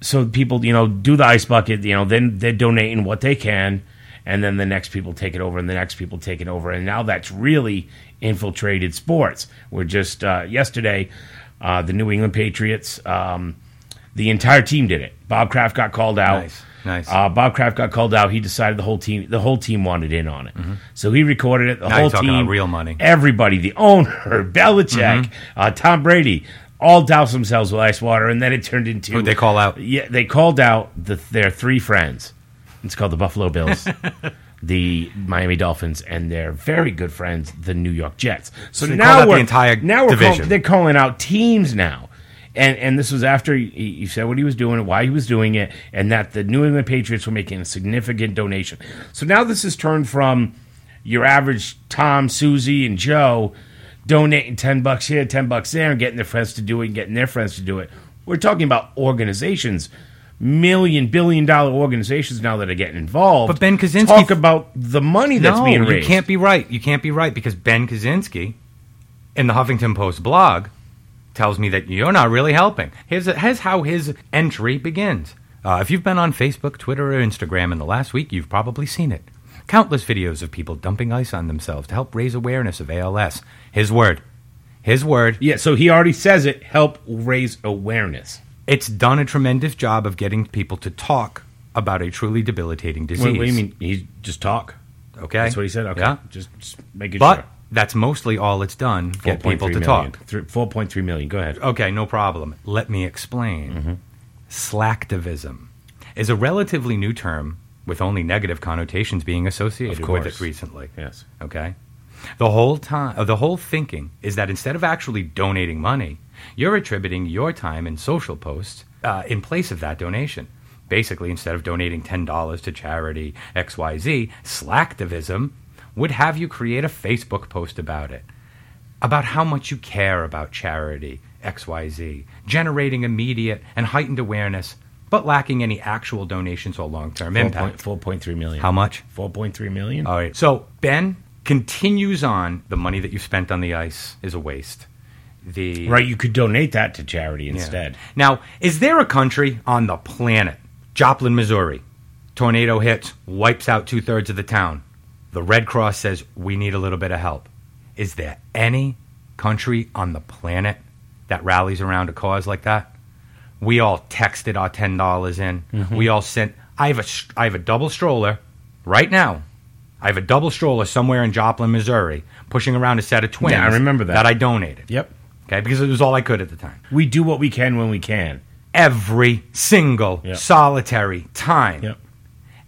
so people, you know, do the ice bucket. You know, then they're donating what they can, and then the next people take it over, and the next people take it over, and now that's really infiltrated sports. We're just uh, yesterday, uh, the New England Patriots, um, the entire team did it. Bob Kraft got called out.
Nice, nice.
Uh, Bob Kraft got called out. He decided the whole team, the whole team wanted in on it. So he recorded it. The
Mm-hmm. Now
whole
you're talking
team,
about real money.
everybody, the owner, Belichick,
Mm-hmm.
uh, Tom Brady, all doused themselves with ice water, and then it turned into
Who'd they call out?
Yeah, they called out the, their three friends. It's called the Buffalo Bills, the Miami Dolphins, and their very good friends, the New York Jets.
So
So,
they
now
called out the
we're
entire
now we're
division.
Calling, they're calling out teams now. And, and this was after he, he said what he was doing, why he was doing it, and that the New England Patriots were making a significant donation. So now this has turned from your average Tom, Susie, and Joe donating ten bucks here, ten bucks there, and getting their friends to do it, and getting their friends to do it. We're talking about organizations, million, billion dollar organizations now that are getting involved.
But Ben Kaczynski-
talk about the money that's
no,
being
you
raised.
can't be right. You can't be right because Ben Kaczynski in the Huffington Post blog tells me that you're not really helping. Here's, here's how his entry begins. Uh, if you've been on Facebook, Twitter, or Instagram in the last week, you've probably seen it. Countless videos of people dumping ice on themselves to help raise awareness of ALS. His word. His word.
Yeah, so he already says it. Help raise awareness.
It's done a tremendous job of getting people to talk about a truly debilitating disease.
What, what do you mean? He just talk.
Okay.
That's what he said. Okay,
Yeah.
just, just make it.
But that's mostly all it's done get people to talk.
Four point three million. Go ahead.
Okay, no problem. Let me explain.
Mm-hmm.
Slacktivism is a relatively new term with only negative connotations being associated
Of
with it
course.
recently.
Yes.
Okay? The whole time the whole thinking is that instead of actually donating money, you're attributing your time in social posts uh, in place of that donation. Basically, instead of donating $10 to charity XYZ, slacktivism would have you create a Facebook post about it about how much you care about charity, XYZ, generating immediate and heightened awareness, but lacking any actual donations or long term impact.
Four point three million.
How Uh, much?
Four point three million.
All right. So Ben continues on the money that you spent on the ice is a waste. The
Right. You could donate that to charity
Yeah.
instead.
Now, is there a country on the planet? Joplin, Missouri. Tornado hits, wipes out two thirds of the town. The Red Cross says, we need a little bit of help. Is there any country on the planet that rallies around a cause like that? We all texted our
Mm-hmm.
$10 in. We all sent. I have, a, str- I have a double stroller right now I have a double stroller somewhere in Joplin, Missouri, pushing around a set of twins.
Yeah, I remember that.
That I donated.
Yep.
Okay, because it was all I could at the time.
We do what we can when we can.
Every single
Yep.
solitary time.
Yep.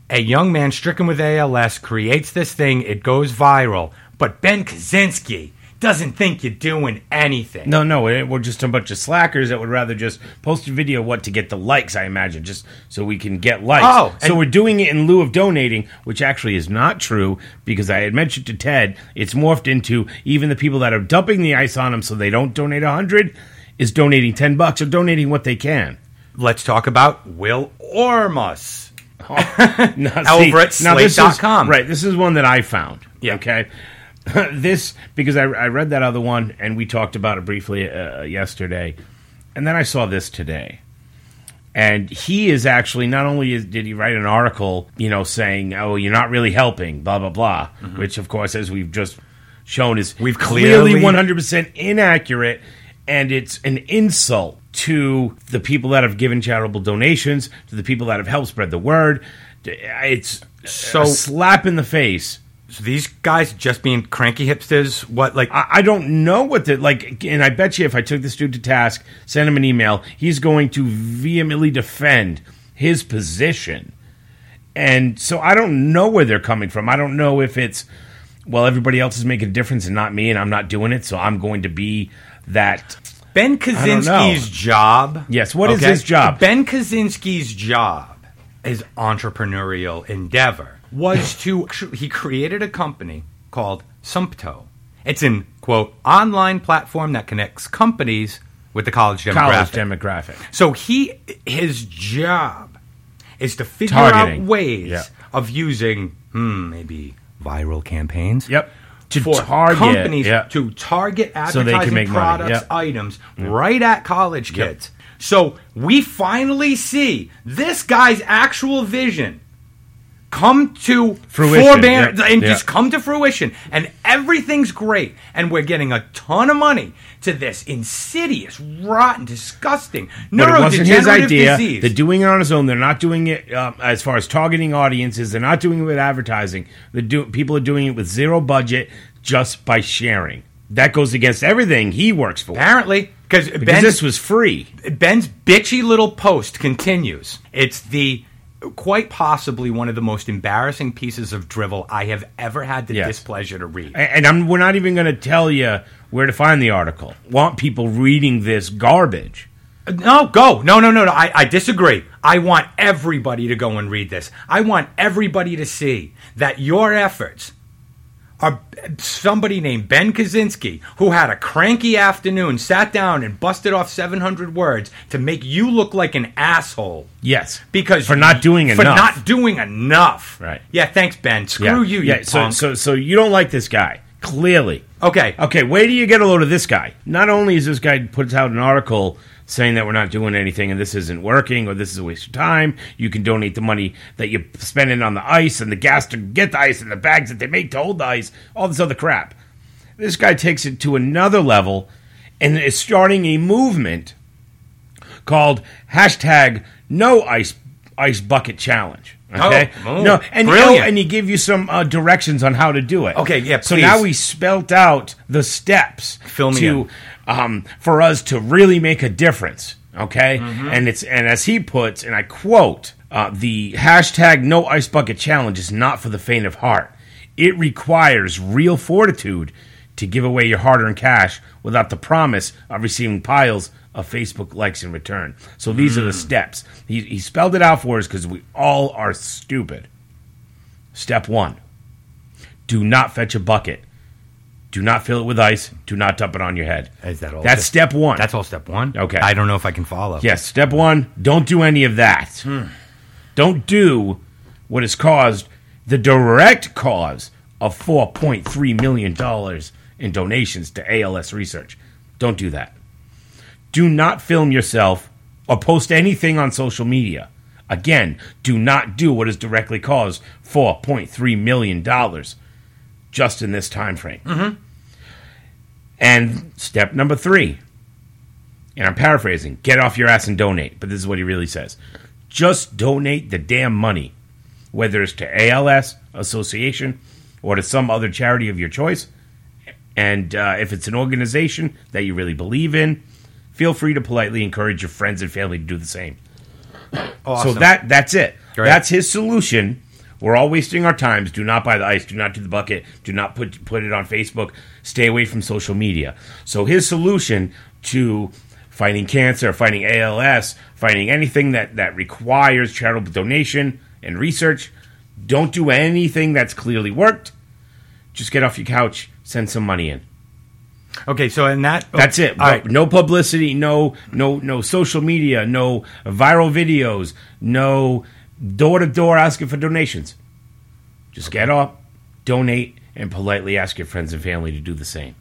A young man stricken with ALS creates this thing, it goes viral, but Ben Kaczynski doesn't think you're doing anything.
No, no, eh, we're just a bunch of slackers that would rather just post a video what to get the likes. I imagine just so we can get likes.
Oh,
so
and-
we're doing it in lieu of donating, which actually is not true because I had mentioned to Ted it's morphed into even the people that are dumping the ice on them so they don't donate a hundred is donating ten bucks or donating what they can.
Let's talk about Will Ormus.
Now,
Over at
now this is-
slate.com.
Right, this is one that I found.
Yeah.
Okay. this because I, I read that other one and we talked about it briefly uh, yesterday, and then I saw this today. And he is actually not only is, did he write an article, you know, saying, "Oh, you're not really helping," blah blah blah, which of course, as we've just shown, is
Mm-hmm. We've
clearly
clearly-
100 percent inaccurate, and it's an insult to the people that have given charitable donations, to the people that have helped spread the word. It's
So-
so a slap in the face.
So these guys just being cranky hipsters, what like
I, I don't know what the like, and I bet you if I took this dude to task, sent him an email, he's going to vehemently defend his position. And so I don't know where they're coming from. I don't know if it's well, everybody else is making a difference and not me, and I'm not doing it, so I'm going to be that.
Ben
don't know.
Kaczynski's job.
Yes, what is his job?
Ben Kaczynski's job, his entrepreneurial endeavor, was to he created a company called Sumpto. It's an quote online platform that connects companies with the college demographic.
college demographic.
So he his job is to figure
Targeting.
out ways
Yeah.
of using hmm, maybe viral campaigns.
Yep. To
for
target,
companies
yeah.
to target
So they
advertising
can make money,
products
yep.
items right at college
Yep.
kids. So we finally see this guy's actual vision come to
Fruition,
forbear-
yeah,
and
yeah.
just come to fruition and everything's great and we're getting a ton of money to this insidious rotten disgusting
But it wasn't his
neurodegenerative
idea.
disease
They're doing it on his own. They're not doing it um, as far as targeting audiences. They're not doing it with advertising. The do- people are doing it with zero budget just by sharing. That goes against everything he works for.
apparently because
because this was free.
Ben's bitchy little post continues. It's the quite possibly one of the most embarrassing pieces of drivel I have ever had the
Yes.
displeasure to read.
A- And I'm, we're not even going to tell you where to find the article. Want people reading this garbage.
No, go. No, no, no, no. I, I disagree. I want everybody to go and read this. I want everybody to see that your efforts are somebody named Ben Kaczynski, who had a cranky afternoon, sat down and busted off 700 words to make you look like an asshole.
Yes.
because
For not doing
for
enough.
not doing enough.
Right.
Yeah. Thanks, Ben.
Yeah.
Screw you.
Yeah.
you
so,
punk.
so, so you don't like this guy, clearly.
okay.
Okay, wait till you get a load of this guy. Not only is this guy puts out an article saying that we're not doing anything and this isn't working or this is a waste of time, you can donate the money that you're spending on the ice and the gas to get the ice and the bags that they make to hold the ice, all this other crap. This guy takes it to another level and is starting a movement called hashtag no ice ice bucket challenge. Okay.
Oh, oh,
no, and
brilliant.
oh, and he give you some uh, directions on how to do it.
Okay, yeah,
So
please.
now we spelt out the steps
Fill me
to
in.
um, for us to really make a difference. Okay,
Mm-hmm.
and it's and as he puts, and I quote, uh, the hashtag No Ice Bucket Challenge is not for the faint of heart. It requires real fortitude to give away your hard-earned cash without the promise of receiving piles of Facebook likes in return. So these are the
Mm.
steps. He, he spelled it out for us because we all are stupid. Step one: Do not fetch a bucket. Do not fill it with ice. Do not dump it on your head.
Is that all?
That's step one.
That's all. Step one.
Okay.
I don't know if I can follow.
Yes, step one, don't do any of that. Don't do what has caused the direct cause of $4.3 million in donations to ALS research. Don't do that. Do not film yourself or post anything on social media. Again, do not do what has directly caused $4.3 million just in this time frame. And step number three, and I'm paraphrasing, get off your ass and donate. But this is what he really says. Just donate the damn money, whether it's to ALS Association or to some other charity of your choice. And uh, if it's an organization that you really believe in, feel free to politely encourage your friends and family to do the same.
Awesome.
So that that's it.
Great.
That's his solution. We're all wasting our times. Do not buy the ice. Do not do the bucket. Do not put put it on Facebook. Stay away from social media. So his solution to fighting cancer, fighting ALS, fighting anything that that requires charitable donation and research. Don't do anything that's clearly worked. Just get off your couch. Send some money in.
okay, so in that oh,
That's it.
All right.
No publicity. No no no social media. No viral videos. No door to door asking for donations. Just get up, donate, and politely ask your friends and family to do the same.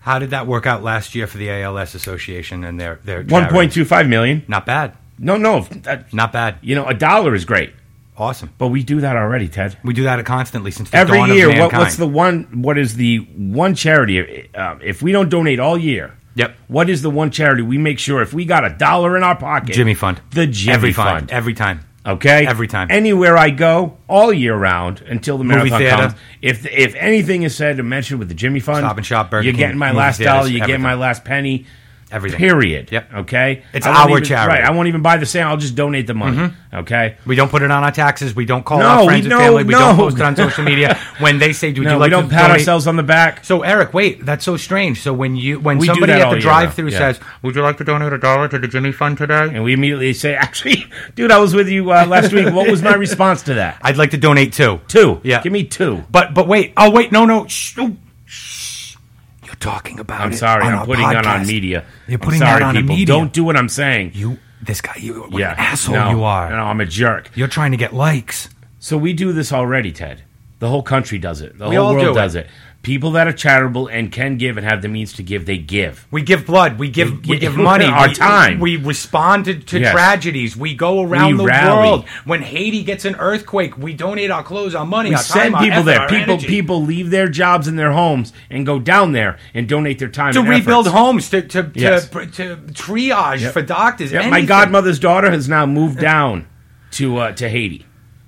How did that work out last year for the ALS Association and their their
One
charity?
point two five million.
Not bad.
No no. that-
Not bad.
you know a dollar is great,
Awesome.
but we do that already, Ted.
We do that constantly since the
Every
dawn
year,
Of
what,
mankind.
what's the one? What is the one charity? Uh, if we don't donate all year,
Yep.
What is the one charity we make sure if we got a dollar in our pocket,
Jimmy Fund?
the Jimmy
every
fund.
fund. Every time.
Okay,
Every time.
anywhere I go, all year round until the
Movie
marathon
theater.
comes. If if anything is said and mentioned with the Jimmy Fund,
Stop and Shop, Burger
you're
King,
getting my
movie
last
theaters,
dollar, you're
everything.
getting my last penny.
Everything.
Period.
Yep.
Okay.
It's
I won't
our
even-
charity. Mm-hmm.
Right. I won't even buy the same. I'll just donate the money. Okay.
We don't put it on our taxes. We don't call
No,
our
we
friends and
don't-
family. We don't
no.
post it on social media. When they say, "Do
No,
you
we
like
don't
to
pat
donate?"
ourselves on the back.
So Eric, wait, that's so strange. So when you when
We do
somebody
that
at
all
the
year
drive-through
round, yeah.
says, "Would you like to donate a dollar to the Jimmy Fund today?"
And we immediately say, actually, dude, I was with you uh, last week. What was my response to that?
I'd like to donate two.
Two.
Yeah.
Give me two.
But but wait. Oh wait, no no. Shh. oh, shh. You're talking about.
I'm
it
sorry.
on
I'm
our
putting it on
podcast.
media.
You're
I'm
putting
sorry,
that on a
people.
media.
Don't do what I'm saying.
You this guy. You what
yeah.
an asshole
No.
you are.
No, I'm a jerk.
You're trying to get likes.
So we do this already, Ted. The whole country does it. The
We
whole
all
world
do it.
does it. People that are charitable and can give and have the means to give, they give.
We give blood. We give.
We
We give
give
money.
our
we,
time.
We respond to, to
Yes.
tragedies. We go around the
We rally.
world. When Haiti gets an earthquake, we donate our clothes, our money,
We
our
send
time,
people
our effort,
there.
our
People
energy.
people leave their jobs and their homes and go down there and donate their time
to
and
rebuild
efforts.
homes, to to, to,
Yes.
pr- to triage
Yep.
for doctors.
Yeah, my
anything.
godmother's daughter has now moved down to uh, to Haiti.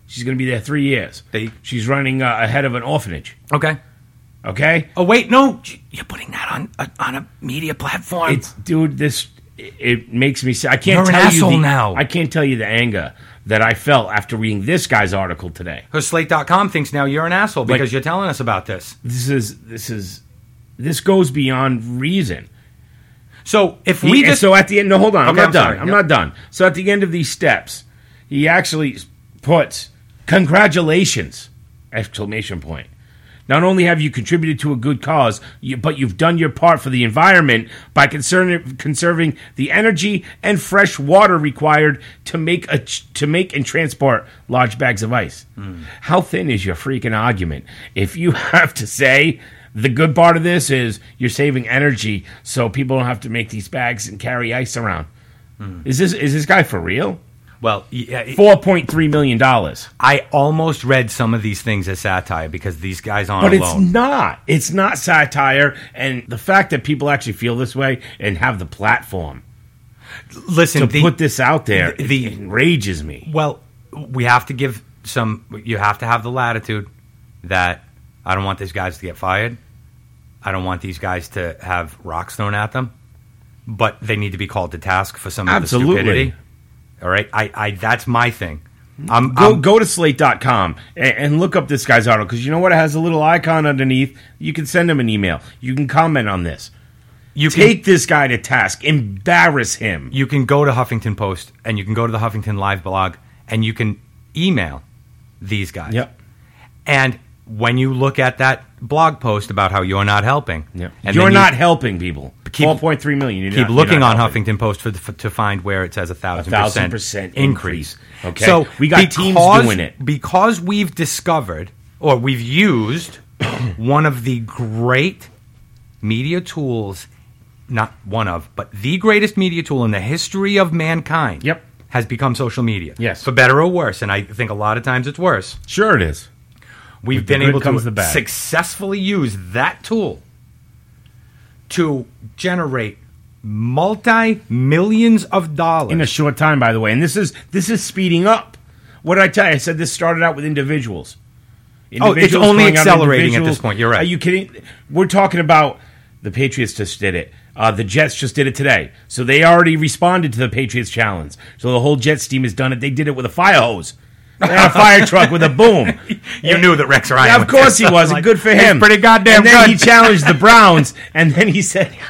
She's going to be there three years.
They-
She's running uh, ahead of an orphanage.
Okay.
Okay,
Oh wait, no, you're putting that on a, on a media platform.
it's dude. This it, it makes me. sa- I can't
You're an
tell you
asshole
the,
now.
I can't tell you the anger that I felt after reading this guy's article today.
Because Slate.com thinks now you're an asshole because you're telling us about this.
This is this is this goes beyond reason.
So if
He-
we
and
just
so at the end, no, hold on. I'm
Okay,
not
I'm
done.
sorry.
I'm
Yep.
not done. So at the end of these steps, he actually puts congratulations exclamation point. Not only have you contributed to a good cause, you, but you've done your part for the environment by concern, conserving the energy and fresh water required to make a ch- to make and transport large bags of ice.
Hmm.
How thin is your freaking argument if you have to say the good part of this is you're saving energy so people don't have to make these bags and carry ice around? Is this is this guy for real?
well, yeah,
Four point three million dollars.
I almost read some of these things as satire because these guys aren't
But
alone.
it's not. It's not satire. And the fact that people actually feel this way and have the platform
Listen,
to
the-
put this out there
the-
it
the-
enrages me.
Well, we have to give some. You have to have the latitude that I don't want these guys to get fired. I don't want these guys to have rocks thrown at them, but they need to be called to task for some
Absolutely.
of the stupidity. All right, I, I that's my thing. I'm,
Go,
I'm
go to slate.com and, and look up this guy's article because you know what? It has a little icon underneath. You can send him an email. You can comment on this.
you can-
Take this guy to task. Embarrass him.
you can go to Huffington Post and you can go to the Huffington Live blog and you can email these guys.
Yep.
And when you look at that blog post about how you're not helping,
Yep.
and
You're
then you
not helping people.
Keep-
4.3 million. You're
keep
not- you're
looking
not
on
helping.
Huffington Post for the, for, to find where it says a thousand,
thousand
percent
percent increase.
increase.
Okay. We got teams doing it.
because we've discovered or we've used one of the great media tools, not one of, but the greatest media tool in the history of mankind.
Yep.
has become social media.
Yes.
for better or worse, and I think a lot of times it's worse.
Sure, it is.
We've
the
been
good
able to
comes the bad.
successfully use that tool to generate multi millions of dollars.
in a short time, by the way. And this is this is speeding up. What did I tell you? I said this started out with individuals.
Oh, it's
Individuals
only
calling out
accelerating at
individuals.
this point. You're right.
Are you kidding? We're talking about the Patriots just did it. Uh, the Jets just did it today, so they already responded to the Patriots challenge. So the whole Jets team has done it. They did it with a fire hose. They had a fire truck with a boom.
You knew that Rex Ryan.
Yeah, of
would
course
say
he was.
something like-
Good for
It's
him.
pretty goddamn
And then
good.
he challenged the Browns, and then he said,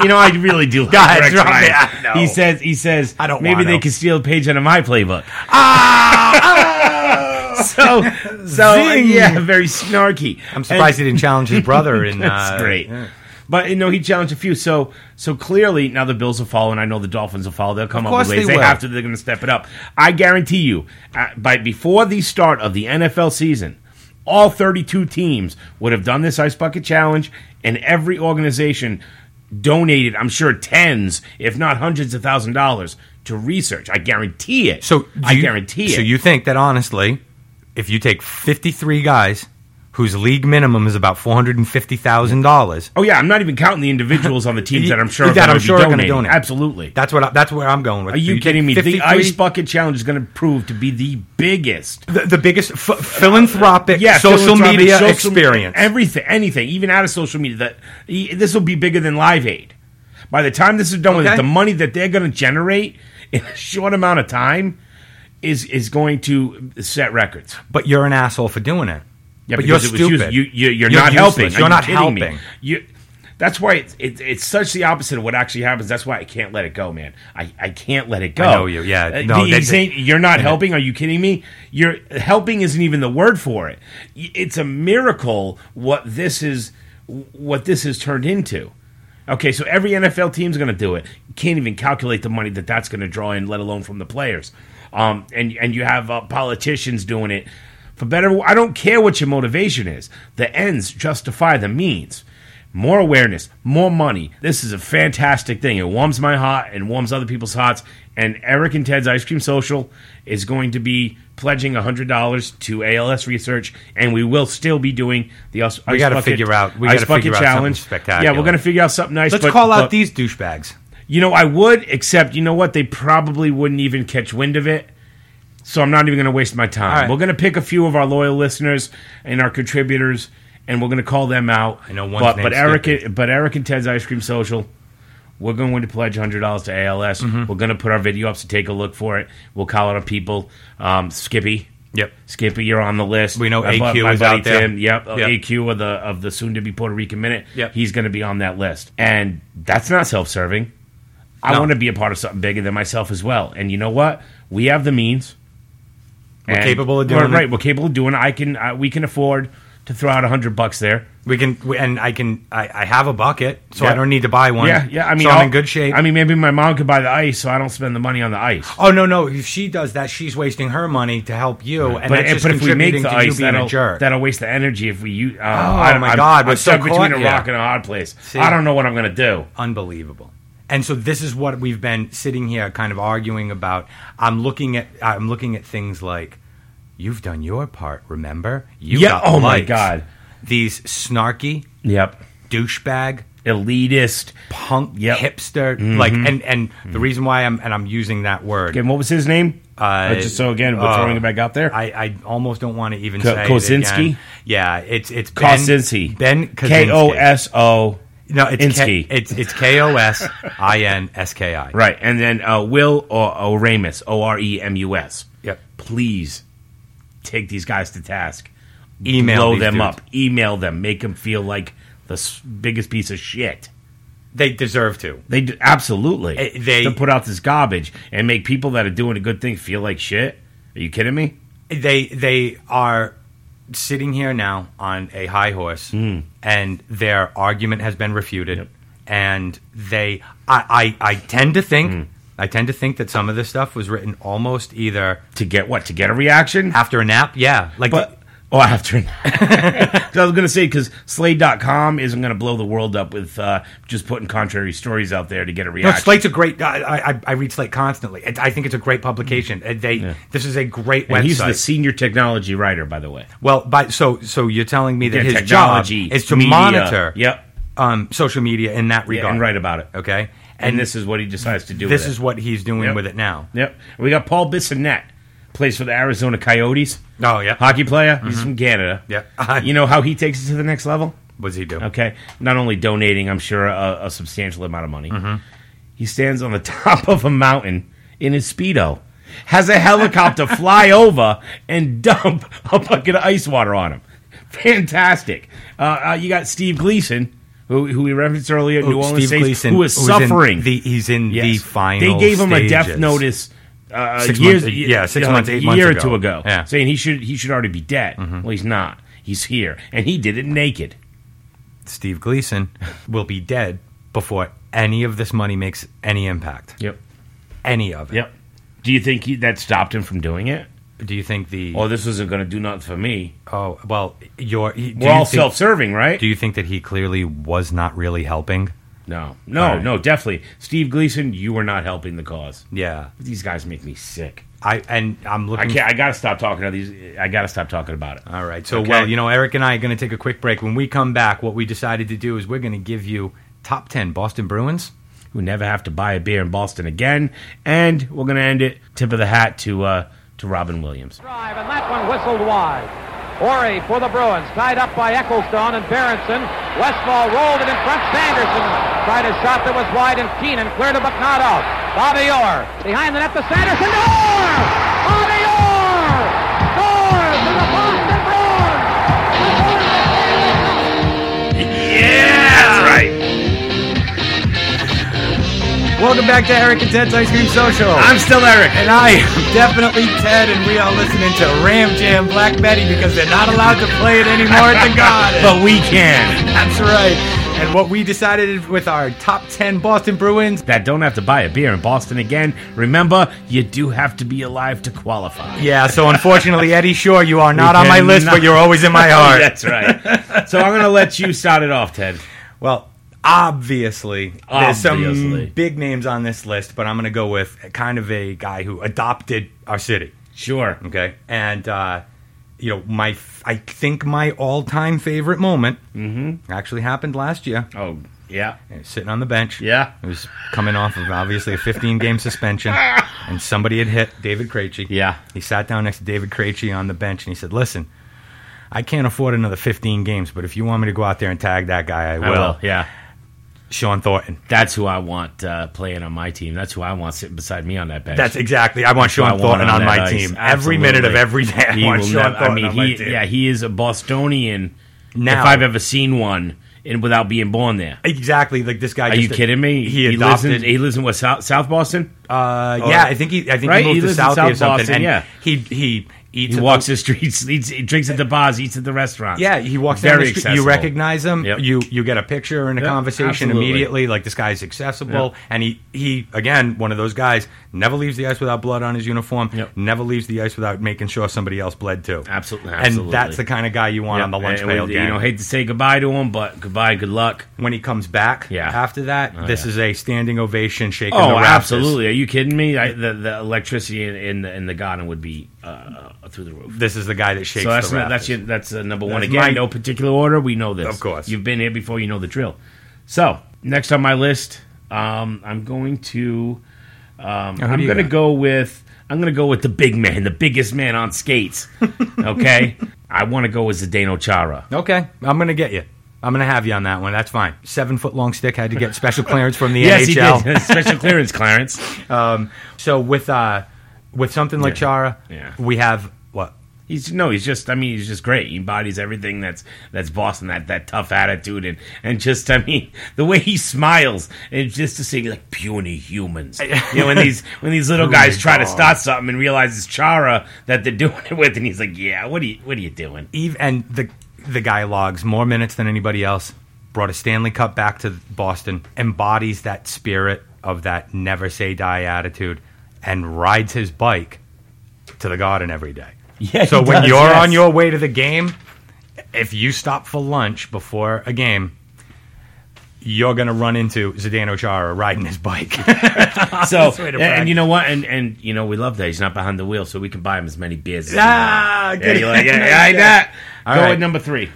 "You know, I really do like
God,
Rex
right,
Ryan."
yeah, I know.
He says, "He says,
I don't
Maybe
want
they
him.
could steal a page out of my playbook." so, so
Zing.
yeah, very snarky.
I'm surprised he didn't challenge his brother. In,
That's
uh,
great.
yeah.
But you know, he challenged a few. So so clearly now the Bills will follow, and I know the Dolphins will follow. They'll come
Of
up with
course
ways.
they
They,
will.
have to. They're going to step it up. I guarantee you, uh, by before the start of the NFL season, all 32 teams would have done this ice bucket challenge, and every organization donated, I'm sure, tens, if not hundreds of thousand dollars to research. I guarantee it.
So
I
you-
guarantee it.
So you think that honestly, if you take 53 guys whose league minimum is about $450,000,
Oh yeah, I'm not even counting the individuals on the teams that I'm sure
That
are
I'm
going
sure are
to
gonna
donate.
donate.
Absolutely.
that's what I, that's where I'm going with.
Are
it.
you
take
kidding me? The
53
ice bucket challenge is going to prove to be the biggest.
the, the biggest f- philanthropic
Yeah,
social
philanthropic,
media
social-
experience.
everything, anything, even out of social media. That e- this will be bigger than Live Aid. By the time this is done with
Okay.
it, the money that they're going to generate in a short amount of time is is going to set records.
but you're an asshole for doing it.
Yeah,
but you're
because it was
stupid.
useless. You, you, you're,
You're
not
useless.
helping. Are
You're
you
not
kidding me?
helping.
You. That's why it's it, it's such the opposite of what actually happens. That's why I can't let it go, man. I, I can't let it go.
I know you, yeah.
Uh,
No,
the-
that-
he's saying, you're not helping. Are you kidding me? You're helping isn't even the word for it. Y- It's a miracle what this is what this has turned into. Okay, so every NFL team's going to do it. You can't even calculate the money that that's going to draw in, let alone from the players. Um, and and you have uh, politicians doing it for better. I don't care what your motivation is. The ends justify the means. More awareness, more money. This is a fantastic thing. It warms my heart and warms other people's hearts. And Eric and Ted's Ice Cream Social is going to be pledging $100 to ALS research, and we will still be doing the Ice
We gotta
Bucket-
figure out- we
Ice
gotta
Bucket
figure out something
Challenge.
spectacular.
Yeah, we're going to figure out something nice.
Let's
but-
call out
but-
these douchebags.
you know, I would, except you know what? They probably wouldn't even catch wind of it. So I'm not even going to waste my time.
All right.
We're going to pick a few of our loyal listeners and our contributors, and we're going to call them out.
I know one's
but, but
name's
Eric,
Stupid.
but Eric and Ted's Ice Cream Social. We're going to pledge hundred dollars to ALS.
Mm-hmm.
We're going to put our video up, so take a look for it. We'll call out on people. Um, Skippy,
Yep.
Skippy, you're on the list.
We know
My bu-
AQ
my
is
buddy
out there.
Tim, Yep,
Yep.
AQ of the of the soon to be Puerto Rican minute.
Yep.
he's going to be on that list, and that's not self serving. I
No.
want to be a part of something bigger than myself as well. And you know what? We have the means.
We're
And
capable of
we're-
doing it.
right. We're capable of doing. it. I can. I, we can afford to throw out a hundred bucks there.
We can, we, and I can, I, I have a bucket, so
Yeah.
I don't need to buy one.
Yeah, yeah. I mean,
so I'm
I'll-
in good shape.
I mean, maybe my mom could buy the ice, so I don't spend the money on the ice.
oh no, no. If she does that, she's wasting her money to help you, and
but
that's just
but if we make
contributing
the
to you
ice,
being a
that'll,
jerk.
that'll waste the energy if we use. Uh, oh
my God, we're
I'm
so
stuck between
caught
a
here.
rock and a hard place. I don't know what I'm gonna do.
unbelievable. And so this is what we've been sitting here kind of arguing about. I'm looking at I'm looking at things like you've done your part, remember? You
Yeah,
got
oh my
likes."
God.
These snarky
Yep,
douchebag
elitist.
punk
Yep. Mm-hmm.
hipster like and and the reason why I'm and I'm using that word
Again, what was his name?
Uh,
just so again, we're
uh,
throwing it back out there.
I, I almost don't want to even
Ko-
say
Kosinski?
It again. Yeah, it's it's Ben-
Kosinski.
Ben Kosinski.
K O S O.
No, it's K,
Insky.
it's it's K O S I N S K I.
Right, and then uh, Will or Oramus, O R E M U S.
Yep.
Please take these guys to task.
Email
blow
these
them
dudes.
up. Email them. Make them feel like the s- biggest piece of shit.
They deserve to.
They d absolutely
Eh, they-
to put out this garbage and make people that are doing a good thing feel like shit. Are you kidding me?
they they are sitting here now on a high horse
Hmm.
and their argument has been refuted and they I, I I tend to think
Hmm.
I tend to think that some of this stuff was written almost either
To get what? To get a reaction?
after a nap yeah like
But oh, I have to. 'Cause I was gonna say because Slade.com isn't gonna blow the world up with uh, just putting contrary stories out there to get a
no,
reaction.
Slate's a great. I, I, I read Slate constantly. It, I think it's a great publication. Uh, They this is a great
Hmm. and
website.
he's the senior technology writer, by the way.
well, by, so so you're telling me that
Yeah,
his job
technology,
is to
media.
monitor
Yep.
um, social media in that
Yeah,
regard
and write about it.
Okay,
And, this is what he decides to do.
this
with
is
it.
what he's doing
Yep.
with it now.
Yep. We got Paul Bissonnette, plays for the Arizona Coyotes.
Oh, yeah. Mm-hmm.
hockey player. He's from Canada.
Yeah.
you know how he takes it to the next level.
What does he do?
Okay, not only donating, I'm sure a, a substantial amount of money.
Mm-hmm.
He stands on the top of a mountain in his speedo, has a helicopter fly over and dump a bucket of ice water on him. Fantastic. Uh, uh, you got Steve Gleason. Who, who we referenced earlier, New Orleans Saints,
Gleason,
who is
who's in
suffering.
the- he's in
Yes.
the final.
They gave him a death
stages.
notice uh,
Six
years,
months- yeah, six
like
months, eight
a
months
year or
ago.
two ago,
Yeah. Mm-hmm.
saying he should he should already be dead. Well, he's not. He's here, and he did it naked.
Steve Gleason will be dead before any of this money makes any impact.
Yep.
Any of it.
Yep. Do you think he, that stopped him from doing it?
Do you think the?
Oh, this isn't going to do nothing for me.
oh well, your. Do
We're
you
all
think-
self-serving, right?
Do you think that he clearly was not really helping?
no, no,
All right.
no. Definitely, Steve Gleason, you were not helping the cause.
Yeah.
These guys make me sick.
I and I'm
I
looking.
can't. I gotta stop talking to these. I gotta stop talking about it.
Mm. All right. So,
Okay.
well, you know, Eric and I are going to take a quick break. When we come back, what we decided to do is we're going to give you top 10 Boston Bruins.
who never have to buy a beer in Boston again. And we're going to end it tip of the hat to uh, to Robin Williams.
drive, and that one whistled wide. Ori for the Bruins, tied up by Ecclestone and Berenson. Westfall rolled it in front. Sanderson tried a shot that was wide, and Keenan cleared it but not out. Bobby Orr behind the net to Sanderson. to Orr! Bobby Orr scores for the Boston Bruins.
That's right.
Welcome back to Eric and Ted's Ice Cream Social.
I'm still Eric.
and I am definitely Ted, and we are listening to Ram Jam Black Betty because they're not allowed to play it anymore at the Garden.
But we can.
That's right. And what we decided with our top 10 Boston Bruins.
That don't have to buy a beer in Boston again. Remember, you do have to be alive to qualify.
Yeah, so unfortunately, Eddie Shore, you are not
We
on my list,
cannot-
but you're always in my heart.
That's right. So I'm going to let you start it off, Ted.
Well, obviously, there's
Obviously.
some big names on this list, but I'm going to go with kind of a guy who adopted our city.
Sure.
Okay, and uh, you know, my I think my all-time favorite moment
Mm-hmm.
actually happened last year.
Oh, yeah.
I was sitting on the bench.
Yeah.
it was coming off of obviously a 15-game suspension, and somebody had hit David Krejci.
Yeah.
he sat down next to David Krejci on the bench, and he said, "Listen." I can't afford another 15 games, but if you want me to go out there and tag that guy, I will.
Yeah.
Sean Thornton.
That's who I want uh, playing on my team. That's who I want sitting beside me on that bench.
That's exactly. I want
who I
Sean
want
Thornton on,
on that
my
ice.
team. Every minute of every day, I
He
want
will
Sean
nev-
Thornton
I mean,
on
he,
my team.
yeah, he is a Bostonian.
Now-
if I've ever seen one, and without being born there.
exactly. Like this guy.
Are
just-
you kidding me?
He
lives
adopted.
in he lives in what South, South Boston.
uh, yeah, I think he. I think
Right?
he
He
moved to
lives in
South,
South
or something.
Boston,
and
yeah.
he he eats.
He
at
walks
the-
the streets, eats, he drinks at the bars, eats at the restaurants.
yeah, he walks down
Very
the street. You
accessible.
recognize him.
Yep.
You you get a picture and a
Yep,
conversation
absolutely.
immediately. Like this guy's accessible, and he he again one of those guys never leaves the ice without blood on his uniform.
Yep.
Never leves the ice without making sure somebody else bled too.
Absolute-
And
absolutely.
that's the kind of guy you want
Yeah,
on the lunch
and
pail.
we-
gang.
You know, hate to say goodbye to him, but goodbye, good luck.
when he comes back
Yeah.
after that, this is a standing ovation, shaking the
Oh,
rafters.
absolutely. Are you kidding me? I, the the electricity in, in the in the garden would be uh, through the roof.
This is the guy that shakes
So that's
the
not,
rafters.
that's your, that's uh, number one
That's
again.
my-
no particular order. We know this.
Of course.
you've been here before. You know the drill. So next on my list, um, I'm going to um,
who do
I'm
you
going to
got?
go with I'm going to go with the big man, the biggest man on skates. okay, I want to go with Zdeno Chara.
Okay, I'm gonna get you. I'm gonna have you on that one. That's fine. Seven foot long stick had to get special clearance from the
Yes,
NHL.
he did special clearance, Clarence.
So with uh, with something like
Yeah.
Chara,
Yeah.
we have what
He's no, he's just. I mean, he's just great. He embodies everything that's that's Boston. That that tough attitude and and just. I mean, the way he smiles and just to see like puny humans. You know, when these when these little guys try to start something and realize it's Chara that they're doing it with, and he's like, "Yeah, what are you what are you doing?"
Eve and the the guy logs more minutes than anybody else. Brought a Stanley Cup back to Boston, embodies that spirit of that never say die attitude, and rides his bike to the garden every day.
Yeah,
So
he
when
does,
you're
yes.
on your way to the game, if you stop for lunch before a game, you're gonna run into Zdeno Chara riding his bike.
So
way to
and, and you
practice.
know what? And and you know we love that he's not behind the wheel, so we can buy him as many beers. as we
Ah,
want. yeah,
good.
you like, yeah, yeah, I that.
All
Go
right.
with number three.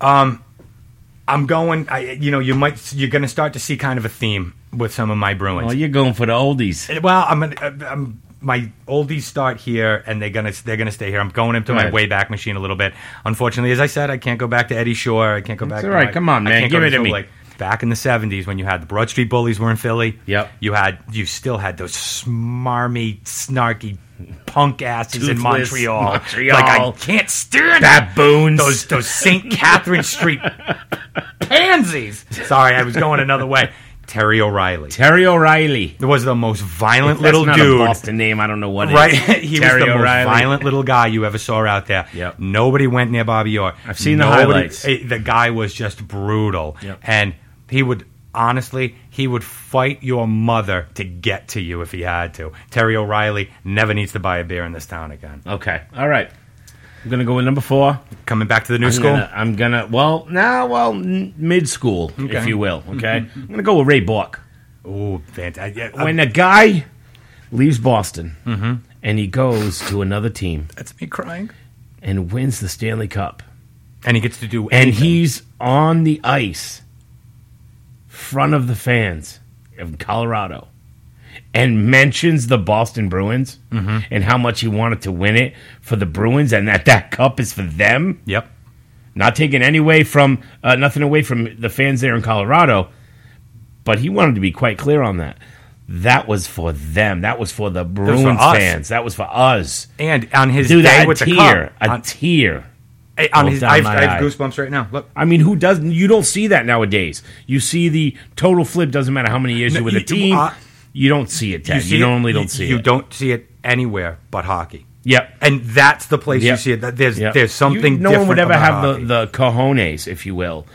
I'm going. I, you know, you might you're gonna start to see kind of a theme with some of my Bruins.
Well, you're going for the oldies.
Well, I'm Eh, gonna, I'm my oldies start here, and they're gonna they're gonna stay here. I'm going into my
Right.
way back machine a little bit. Unfortunately, as I said, I can't go back to Eddie Shore. I can't go back.
It's
to
all right.
my-
Come on,
I
man.
can't go
Give it to
sort of
me.
Like back in the '70s, when you had the Broad Street Bullies were in Philly.
Yep.
You had you still had those smarmy, snarky punk asses in
Toothless
Montreal.
Montreal.
Like I can't stand
Baboons.
Those those St. Catherine Street pansies. Sorry, I was going another way. Terry O'Reilly.
Terry O'Reilly.
It was the most violent
That's
little
not
dude.
A Boston name. I don't know what. it
Right,
is.
he
Terry
was the
O'Reilly.
most violent little guy you ever saw out there.
Yep.
Nobody went near Bobby Orr.
I've seen the highlights.
eh, the guy was just brutal,
Yep.
and he would honestly he would fight your mother to get to you if he had to. Terry O'Reilly never needs to buy a beer in this town again.
Okay. All right. I'm gonna go with number four.
Coming back to the new
I'm
school,
Gonna, I'm gonna. Well, now, well, n- mid school, if
Okay.
you will. Okay. I'm gonna go with Ray Bork.
oh fantastic! Yeah,
When a guy leaves Boston and he goes to another team
that's me crying,
and wins the Stanley Cup,
and he gets to do
and
anything.
he's on the ice, front of the fans of Colorado, and mentions the Boston Bruins
Mm-hmm.
and how much he wanted to win it for the Bruins, and that that cup is for them.
Yep.
Not taking any way from uh, nothing away from the fans there in Colorado, but he wanted to be quite clear on that. That was for them. That was for the
was
Bruins
for us.
fans. That was for us.
And on his
Dude,
day
that
with the
tear,
cup,
a
on,
tear.
eh, on
rolled
his,
down
I have,
my
I
eye.
have goosebumps right now. Look,
I mean, who doesn't? You don't see that nowadays. You see the total flip. Doesn't matter how many years
No,
you're with a
you-
team.
uh,
you don't see it, Ted. You,
see it-
normally
you-
don't see
You
it.
don't see it anywhere but hockey.
Yep.
and that's the place you
Yep.
see it. That there's
Yep.
there's something.
You- no one
different
would ever
about
have
hockey.
the the cojones, if you will,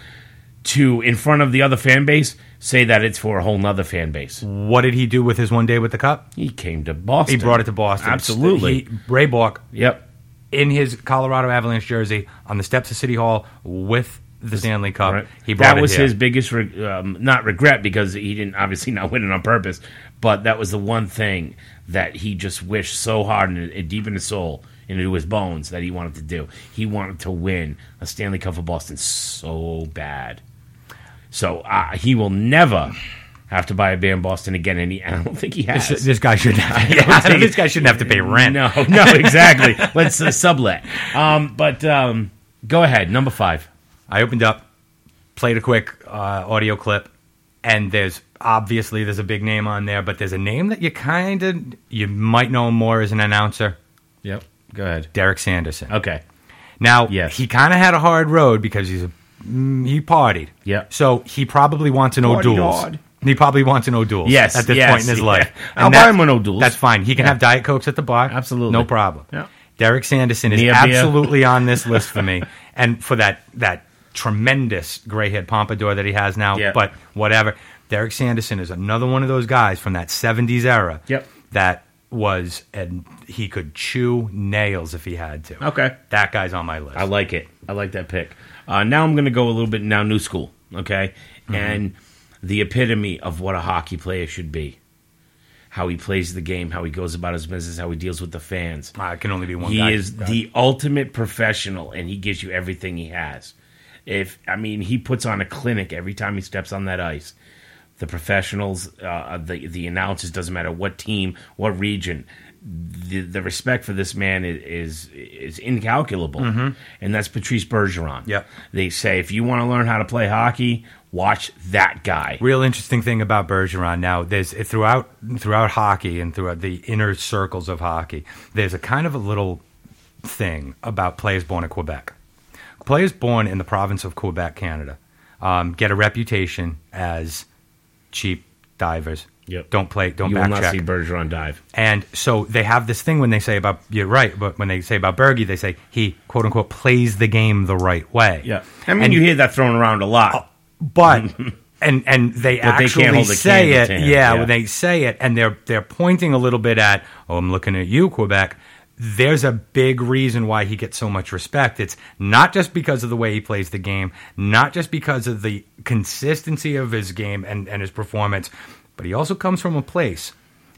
to in front of the other fan base say that it's for a whole nother fan base.
What did he do with his one day with the cup?
He came to Boston.
Mm. He brought it to Boston.
Absolutely.
He, Ray Bork
yep.
in his Colorado Avalanche jersey on the steps of City Hall with the Stanley Cup.
Right.
He brought
that
it
was
here.
his biggest re- um, not regret because he didn't obviously not win it on purpose, but that was the one thing that he just wished so hard and, and deep in his soul and into his bones that he wanted to do. He wanted to win a Stanley Cup for Boston so bad. So uh, he will never have to buy a beer in Boston again, and he, I don't think he has.
This, this guy shouldn't. Have, this guy shouldn't have to pay rent.
no, no, exactly. Let's uh, sublet. Um, but um, go ahead, number five.
I opened up, played a quick uh, audio clip, and there's obviously there's a big name on there, but there's a name that you kind of you might know him more as an announcer,
Yep. Go ahead.
Derek Sanderson.
Okay.
Now,
Yes.
he kind of had a hard road because he's a, mm, he partied.
Yeah.
So he probably wants an
Partied
O'Doul's.
hard.
He probably wants an O'Doul's.
Yes,
At this
yes,
point in his
yeah.
life.
I'll
And
buy
that's-
him an O'Doul's.
That's fine. He can
Yeah.
have Diet Cokes at the bar.
Absolutely.
No problem.
Yeah.
Derek Sanderson is
Near beer.
absolutely on this list for me. And for that, that tremendous gray head pompadour that he has now.
Yeah.
But whatever. Derek Sanderson is another one of those guys from that 70s era
Yep.
that was, and he could chew nails if he had to.
Okay.
That guy's on my list.
I like it. I like that pick. Uh, now I'm going to go a little bit now new school, okay? And the epitome of what a hockey player should be. How he plays the game, how he goes about his business, how he deals with the fans.
I Uh, can only be one
he
guy.
is the ultimate professional and he gives you everything he has. If I mean, he puts on a clinic every time he steps on that ice. The professionals, uh, the the announcers, doesn't matter what team, what region. The, the respect for this man is is, is incalculable, and that's Patrice Bergeron.
Mm-hmm. Yep.
they say if you want to learn how to play hockey, watch that guy.
Real interesting thing about Bergeron now, there's throughout throughout hockey and throughout the inner circles of hockey, there's a kind of a little thing about players born in Quebec. Players born in the province of Quebec, Canada, um, get a reputation as cheap divers.
Yep.
Don't play. Don't
you will
back
not
check.
see Bergeron dive.
And so they have this thing when they say about you're right, but when they say about Bergie, they say he quote unquote plays the game the right way.
I mean,
And- Oh,
you hear that thrown around a lot.
but and and they
But they
actually
can't hold a
say
candle
it.
to
Yeah,
him, yeah.
when they say it, and they're they're pointing a little bit at. Oh, I'm looking at you, Quebec. There's a big reason why he gets so much respect. It's not just because of the way he plays the game, not just because of the consistency of his game and, and his performance, but he also comes from a place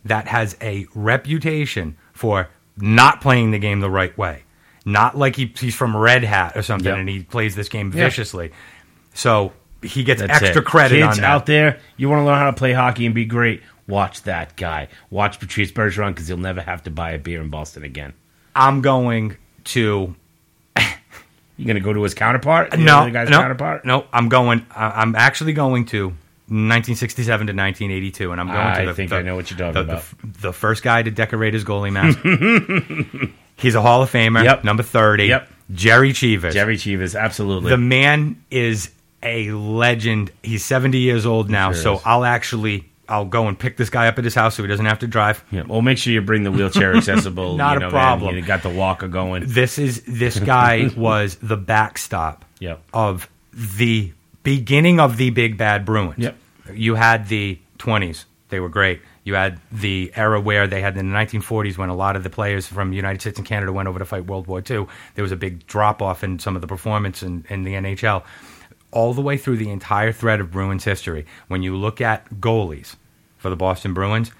that has a reputation for not playing the game the right way. Not like he, he's from Red Hat or something
Yep.
and he plays this game
Yeah.
viciously. So he gets
That's
extra
it.
credit
Kids
on that.
out there, you want to learn how to play hockey and be great. Watch that guy. Watch Patrice Bergeron because he'll never have to buy a beer in Boston again.
I'm going to.
you gonna go to his counterpart? The
No,
other guy's
no,
counterpart.
no. I'm going. I- I'm actually going to 1967 to 1982, and I'm going
I
to. The,
think
the-
I know what you're talking
the-
about.
The, the first guy to decorate his goalie mask. He's a Hall of Famer.
Yep.
Number 30.
Yep.
Jerry Cheever.
Jerry Chivas, absolutely.
The man is a legend. He's 70 years old now,
sure
so
is.
I'll actually I'll go and pick this guy up at his house so he doesn't have to drive.
yeah. Well, make sure you bring the wheelchair accessible.
Not
you
a
know, man.
problem.
You got the walker going.
This is this guy was the backstop
Yep.
of the beginning of the Big Bad Bruins.
Yep.
You had the 20s. They were great. You had the era where they had in the 1940s when a lot of the players from the United States and Canada went over to fight World War II. There was a big drop off in some of the performance in, in the NHL. All the way through the entire thread of Bruins history, when you look at goalies for the Boston Bruins,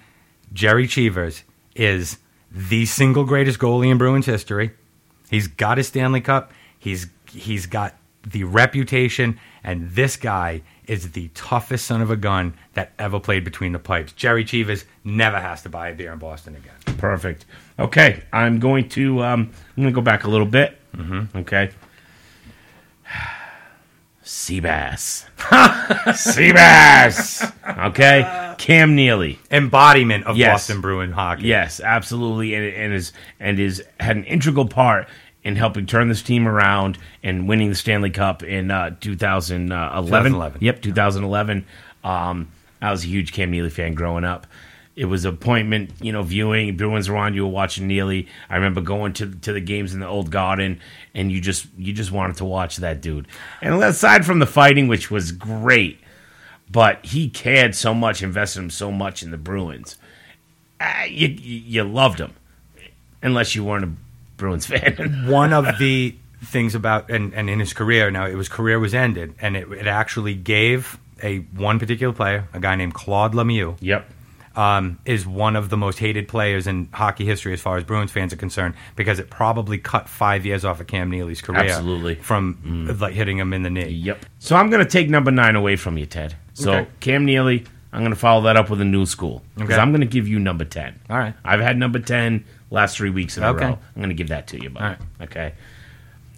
Jerry Cheevers is the single greatest goalie in Bruins history. He's got his Stanley Cup. He's he's got the reputation, and this guy is the toughest son of a gun that ever played between the pipes. Jerry Chivas never has to buy a beer in Boston again.
Perfect. Okay, I'm going to um, I'm going to go back a little bit. Mm-hmm. Okay. Seabass. Seabass. Okay. Cam Neely.
Embodiment of
Yes.
Boston Bruin hockey.
Yes, absolutely, and and is and is had an integral part in helping turn this team around and winning the Stanley Cup in uh, 2011.
2011.
Yep, 2011. Um, I was a huge Cam Neely fan growing up. It was appointment, you know, viewing. Bruins were on. You were watching Neely. I remember going to to the games in the old garden, and you just you just wanted to watch that dude. And aside from the fighting, which was great, but he cared so much, invested him so much in the Bruins ah, you, you you loved him, unless you weren't a Bruins fan.
one of the things about and, and in his career now it was career was ended and it, it actually gave a one particular player a guy named claude lemieux
yep.
um, is one of the most hated players in hockey history as far as Bruins fans are concerned because it probably cut five years off of Cam Neely's career.
Absolutely. Mm.
From like hitting him in the knee.
Yep. So I'm going to take number nine away from you, Ted. So
Okay.
Cam Neely, I'm going to follow that up with a new school because
Okay.
I'm going to give you number ten.
All right.
I've had number ten last three weeks in
Okay.
a row. I'm going to give that to you. Bud.
All right.
Okay.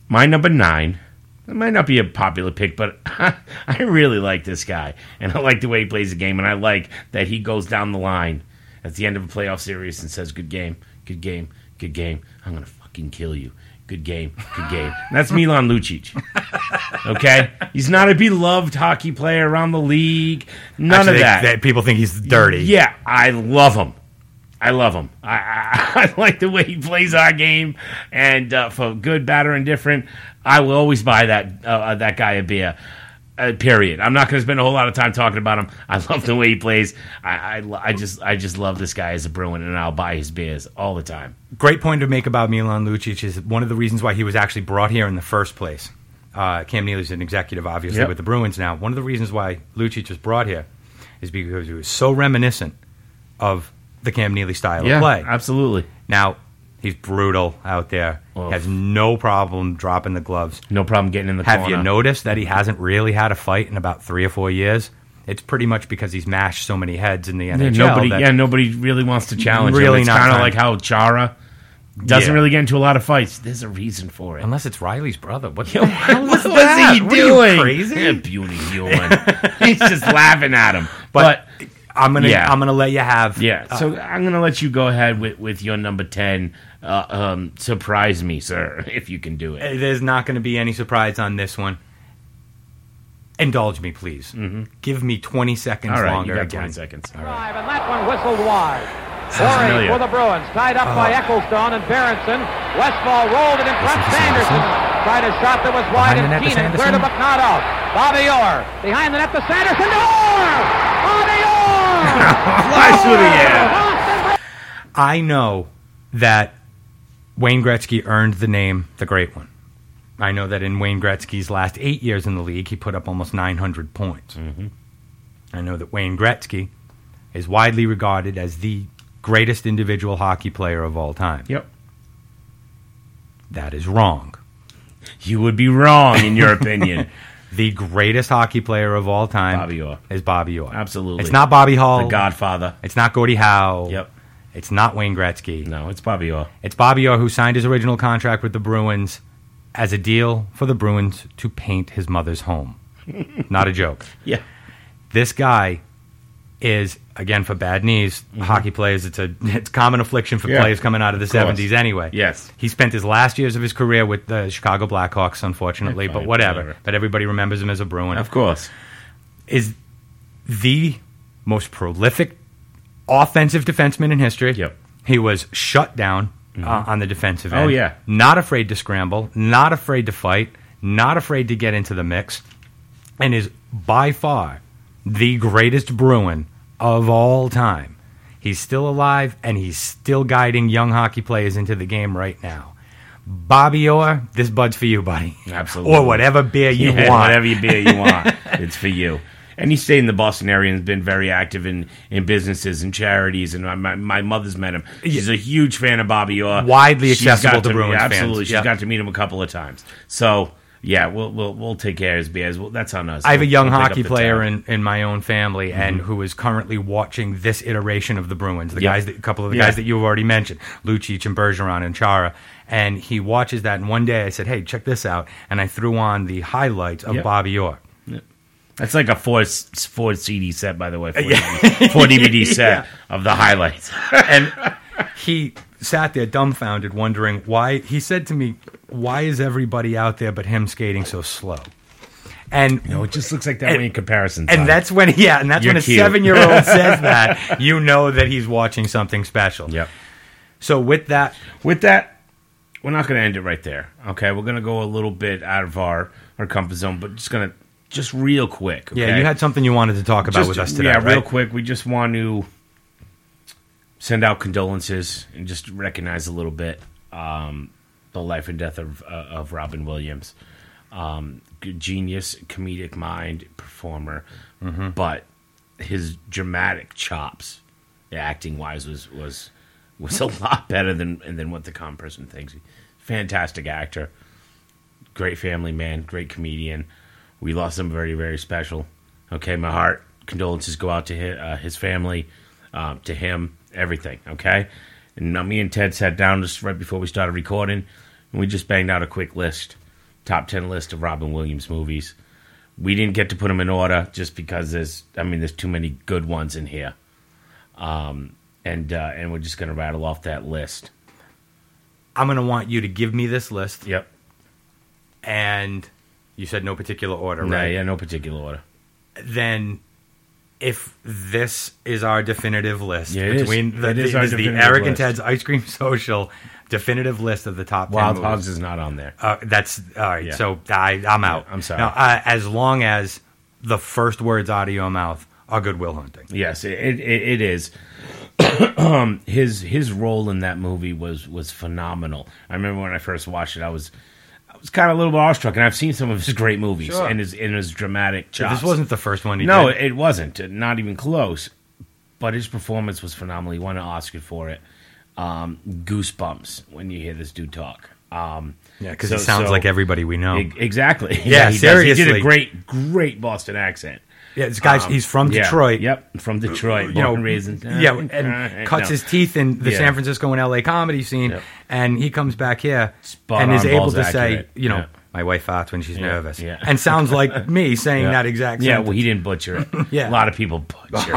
My number nine. It might not be a popular pick, but I really like this guy, and I like the way he plays the game, and I like that he goes down the line at the end of a playoff series and says, "Good game, good game, good game. I'm gonna fucking kill you. Good game, good game." And that's Milan Lucic. Okay, he's not a beloved hockey player around the league. None
Actually,
of
they-
that.
they- people think he's dirty.
Yeah, I love him. I love him. I, I, I like the way he plays our game, and uh, for good, bad, or indifferent, I will always buy that uh, that guy a beer. Uh, period. I'm not going to spend a whole lot of time talking about him. I love the way he plays. I, I, lo- I just I just love this guy as a Bruin, and I'll buy his beers all the time.
great point to make about Milan Lucic is one of the reasons why he was actually brought here in the first place. Uh, Cam Neely's an executive, obviously,
Yep.
with the Bruins now. One of the reasons why Lucic was brought here is because he was so reminiscent of the Cam Neely style of play.
absolutely.
Now, he's brutal out there.
Oof.
Has no problem dropping the gloves.
No problem getting in the
Have
corner.
you noticed that he hasn't really had a fight in about three or four years? It's pretty much because he's mashed so many heads in the
Yeah,
NHL.
nobody,
that-
yeah, nobody really wants to challenge
Really
him. It's
not
kind of
time.
like how Chara doesn't
Yeah.
really get into a lot of fights. There's a reason for it.
Unless it's Riley's brother. What the hell
What
was
was
that?
he
What are you,
doing?
crazy?
Yeah, beauty human. He's just laughing at him. But,
But, I'm gonna
Yeah.
I'm gonna let you have
yeah,
uh,
so I'm gonna let you go ahead with, with your number ten. Uh, um, surprise me, sir, if you can do it.
there's not gonna be any surprise on this one. Indulge me, please. Give me 20 seconds
Mm-hmm. All right, you
longer
got
again.
20 seconds. All right.
Drive, and that one whistled wide.
Sounds
Corey
familiar.
for the Bruins, tied up by
Uh,
Ecclestone and Berenson. Westfall rolled it in front. Sanderson tried a shot that was wide
Behind the
and
net to
keen and cleared
Sanderson.
it, but not out. Bobby Orr behind the net to Sanderson. Orr! Bobby Orr!
Fly through the air.
Boston
I know that Wayne Gretzky earned the name the Great One. I know that in Wayne Gretzky's last eight years in the league, he put up almost 900 points.
Mm-hmm.
I know that Wayne Gretzky is widely regarded as the greatest individual hockey player of all time.
Yep.
That is wrong.
You would be wrong in your opinion.
the greatest hockey player of all time
Bobby Orr.
is Bobby Orr.
Absolutely.
It's not Bobby Hall.
The Godfather.
It's not Gordie Howe.
Yep.
It's not Wayne Gretzky.
No, it's Bobby Orr.
It's Bobby Orr who signed his original contract with the Bruins as a deal for the Bruins to paint his mother's home. Not a joke.
Yeah.
This guy is again for bad knees. Hockey players, it's a it's common affliction for
Mm-hmm. Yeah.
players coming out of the
Of course.
seventies anyway.
Yes.
he spent his last years of his career with the Chicago Blackhawks, unfortunately,
Fine,
but whatever.
whatever.
But everybody remembers him as a Bruin.
Of course.
is the most prolific offensive defenseman in history.
Yep.
He was shut down uh, on the defensive end.
Oh, yeah.
Not afraid to scramble, not afraid to fight, not afraid to get into the mix, and is by far the greatest Bruin of all time. He's still alive and he's still guiding young hockey players into the game right now. Bobby Orr, this bud's for you, buddy.
Absolutely.
Or whatever beer you
Yeah,
want.
Whatever you beer you want, it's for you. And he stayed in the Boston area and has been very active in, in businesses and charities. And my, my, my mother's met him. She's a huge fan of Bobby Orr.
Widely
She's
accessible
got
to Bruins fans.
Absolutely, she's
Yeah.
got to meet him a couple of times. So yeah, we'll we'll, we'll take care of his beers. Well, that's on us.
I have a
We'll-
young
we'll pick up
hockey
the
player
tab.
in, in my own family and who is currently watching this iteration of the Bruins, the
Yeah.
guys that a couple of the
Yeah.
guys that you've already mentioned, Lucic and Bergeron and Chara. And he watches that and one day I said, Hey, check this out and I threw on the highlights of
Yeah.
Bobby Orr.
That's like a four s- four CD set, by the way, four, DVD, four DVD set of the highlights.
and he sat there dumbfounded, wondering why he said to me, Why is everybody out there but him skating so slow? And
No, it just looks like that
And-
way in comparison.
And
Tom.
that's when, yeah, and that's
You're
when a
cute.
seven year old says that, you know that he's watching something special.
yep.
So with that,
with that, we're not going to end it right there. Okay, we're going to go a little bit out of our our comfort zone, but just going to just real quick. Okay?
yeah, you had something you wanted to talk about
Just-
with us today,
Yeah,
right?
real quick. We just want to send out condolences and just recognize a little bit um, the life and death of uh, of Robin Williams, um, g- genius, comedic mind, performer,
Mm-hmm.
but his dramatic chops, acting wise, was was was a lot better than than what the common person thinks. Fantastic actor, great family man, great comedian. We lost him very, very special. Okay, my heart condolences go out to his, uh, his family, um, to him, everything. Okay, and now me and Ted sat down just right before we started recording, and we just banged out a quick list, top ten list of Robin Williams movies. We didn't get to put them in order just because there's, I mean, there's too many good ones in here, um, and uh, and we're just gonna rattle off that list.
I'm going to want you to give me this list,
Yep.
and you said no particular order,
No,
right?
yeah, no particular order.
Then, if this is our definitive list
Yeah, it is.
between the,
It is
the,
our
this is the
definitive
Eric and
list.
Ted's Ice Cream Social definitive list of the top
Wild
10 movies.
Hogs is not on there.
Uh, that's all right.
Yeah.
So I, I'm out.
I'm sorry.
Now, uh, as long as the first words out of your mouth are Goodwill Hunting.
Yes, it it, it is. um, his his role in that movie was was phenomenal. I remember when I first watched it, I was I was kind of a little bit awestruck, and I've seen some of his great movies
Sure.
and his and his dramatic chops.
This wasn't the first one. He
no,
did.
it wasn't. Not even close. But his performance was phenomenal. He won an Oscar for it. Um, goosebumps when you hear this dude talk. Um,
yeah, because
so-
it sounds
so-
like everybody we know.
E- Exactly.
Yeah,
he does. He did
seriously.
a great, great Boston accent.
yeah, this guy's
Um,
he's from
yeah,
Detroit.
Yep, from Detroit.
You know,
born and raised in-
yeah, and cuts
Uh, No.
his teeth in the
Yeah.
San Francisco and LA comedy scene,
Yep.
and he comes back here
Spot
and is
on,
able
balls
to
accurate.
say, you know,
Yeah.
my wife farts when she's nervous,
yeah.
and sounds like me saying
Yeah.
that exact.
Yeah,
sentence.
well, he didn't butcher it.
Yeah.
a lot of people butcher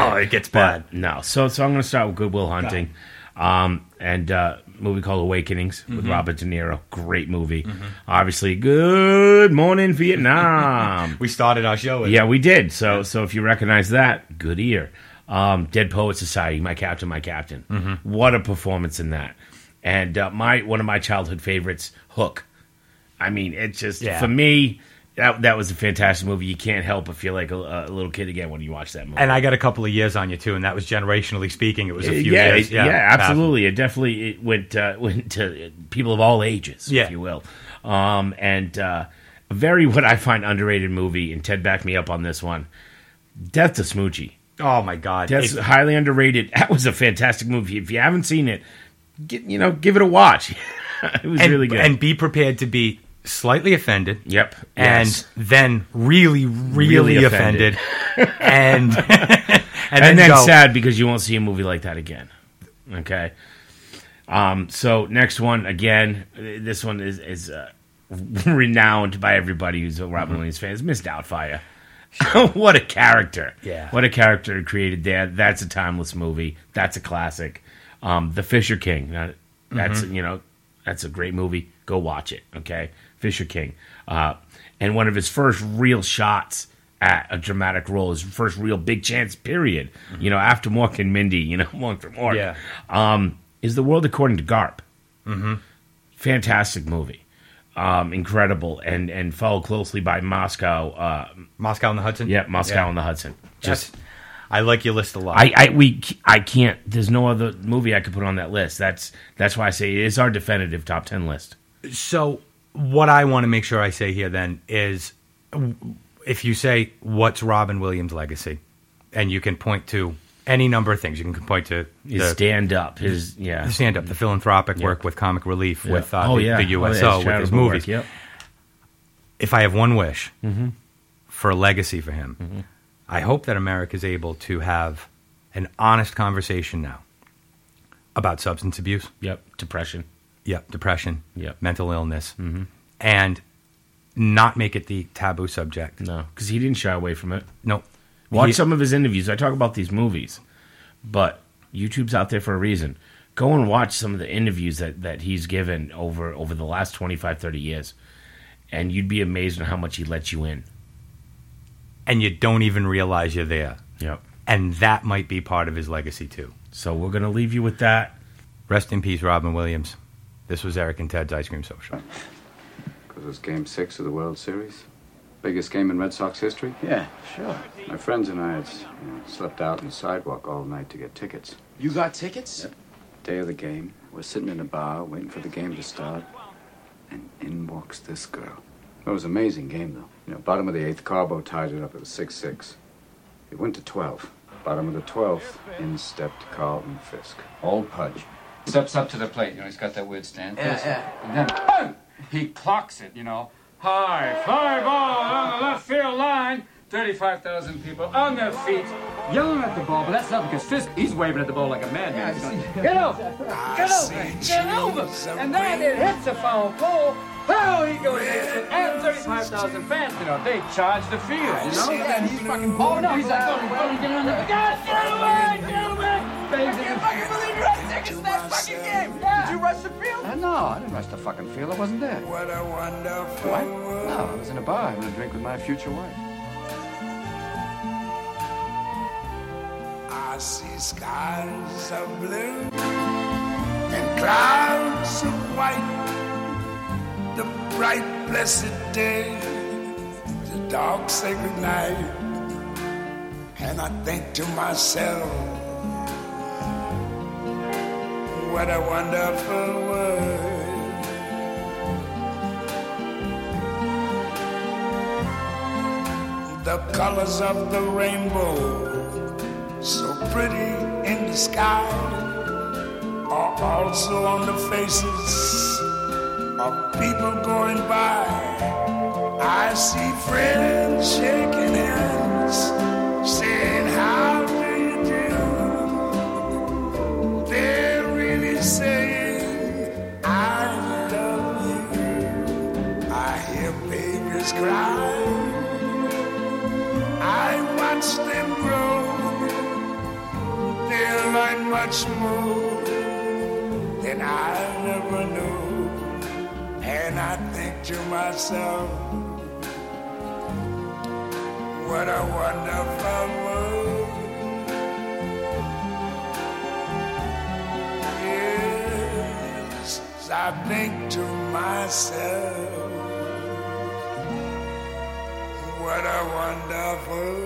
Oh,
it.
it gets
But
bad.
No, so so I'm going to start with Goodwill Hunting, um, and uh, movie called Awakenings with
Mm-hmm.
Robert De Niro. Great movie. Obviously, Good Morning Vietnam.
we started our show. With
Yeah, we did. So so if you recognize that, good ear. Um, Dead Poet Society, my captain, my captain.
Mm-hmm.
What a performance in that! And uh, my one of my childhood favorites, Hook. I mean, it's just
Yeah.
for me. That, that was a fantastic movie. You can't help but feel like a, a little kid again when you watch that movie.
and I got a couple of years on you too, and that was generationally speaking. It was a few
yeah,
years.
it- yeah,
past.
absolutely. It definitely it went uh, went to people of all ages,
Yeah.
if you will. Um, and uh, a very what I find underrated movie. And Ted backed me up on this one. Death to Smoochie.
Oh my god,
That's
If-
highly underrated. That was a fantastic movie. If you haven't seen it, get, you know, give it a watch. it was
and,
really good.
and be prepared to be slightly offended.
Yep.
And
Yes.
then really, really,
Really offended.
offended. and and,
and, then,
go,
sad because you won't see a movie like that again. Okay. Um, so next one again. This one is is uh, renowned by everybody who's a
Mm-hmm.
Robin Williams fan. It's Miss Doubtfire. what a character!
Yeah.
what a character created there. That's a timeless movie. That's a classic. Um, the Fisher King. That, that's
Mm-hmm.
you know that's a great movie. Go watch it. Okay, Fisher King. Uh, and one of his first real shots at a dramatic role, his first real big chance. Period. You know, after Mork and Mindy. You know, Mork for Mork.
Mm-hmm. Yeah.
Um, is the world according to Garp?
Mm-hmm.
Fantastic movie. Um, incredible and and followed closely by Moscow. Uh,
Moscow on the Hudson.
yeah, Moscow
Yeah.
on the Hudson. Just
That's- I like your list a lot.
I, I we I can't. There's no other movie I could put on that list. That's that's why I say it is our definitive top ten list.
So, what I want to make sure I say here then is w- if you say, What's Robin Williams' legacy? And you can point to any number of things. You can point to
His
the,
stand up. His yeah.
the stand up, the philanthropic work with Comic Relief,
Yeah.
with uh, the, the
Oh, his
USO, with his
charitable work,
movies.
Yep.
If I have one wish
Mm-hmm.
for a legacy for him, I hope that America is able to have an honest conversation now about substance abuse.
Yep. Depression.
Yeah, depression.
Yeah. Mm-hmm.
mental illness, and not make it the taboo subject.
No, because he didn't shy away from it.
No,
Watch
He-
some of his interviews. I talk about these movies, but YouTube's out there for a reason. Go and watch some of the interviews that, that he's given over over the last 25, 30 years, and you'd be amazed at how much he lets you in.
and you don't even realize you're there,
Yep.
and that might be part of his legacy too.
So we're gonna leave you with that.
Rest in peace, Robin Williams. This was Eric and Ted's Ice Cream Social.
Because it's game six of the World Series. Biggest game in Red Sox history?
Yeah, sure.
My friends and I had you know, slept out on the sidewalk all night to get tickets.
You got tickets?
Day of the game, we're sitting in a bar waiting for the game to start, and in walks this girl. It was an amazing game, though. You know, bottom of the eighth, Carbo tied it up at 6 6. It went to 12. Bottom of the 12th, in stepped Carlton Fisk. Old Pudge. Steps up to the plate, you know, he's got that weird stand.
Yeah,
face.
yeah.
And then, boom! He clocks it, you know. High fly ball on the left field line. 35,000 people on their feet, yelling at the ball, but that's not because Fisk, he's waving at the ball like a madman. Get over! Get over! Get over! And then it hits a foul pole. Oh, he goes in, and 35,000 fans, you know, they charge the field, you know?
And he's fucking
Oh, no, he's like, oh, well, get on the... God, get away! Get away! Bangs it in-
Did you rush the field?
Uh, no, I didn't rush the fucking field. I wasn't there. What a wonderful. What? No, I was in a bar having a drink with my future wife.
I see skies of blue and clouds of white. The bright, blessed day, the dark, sacred night. And I think to myself, what a wonderful world. The colors of the rainbow so pretty in the sky are also on the faces of people going by. I see friends shaking hands, saying, How do you do? They're really saying, I love you. I hear babies cry. I watch them grow. They'll learn much more than I never knew. And I think to myself, what a wonderful world. Yes, I think to myself, what a wonderful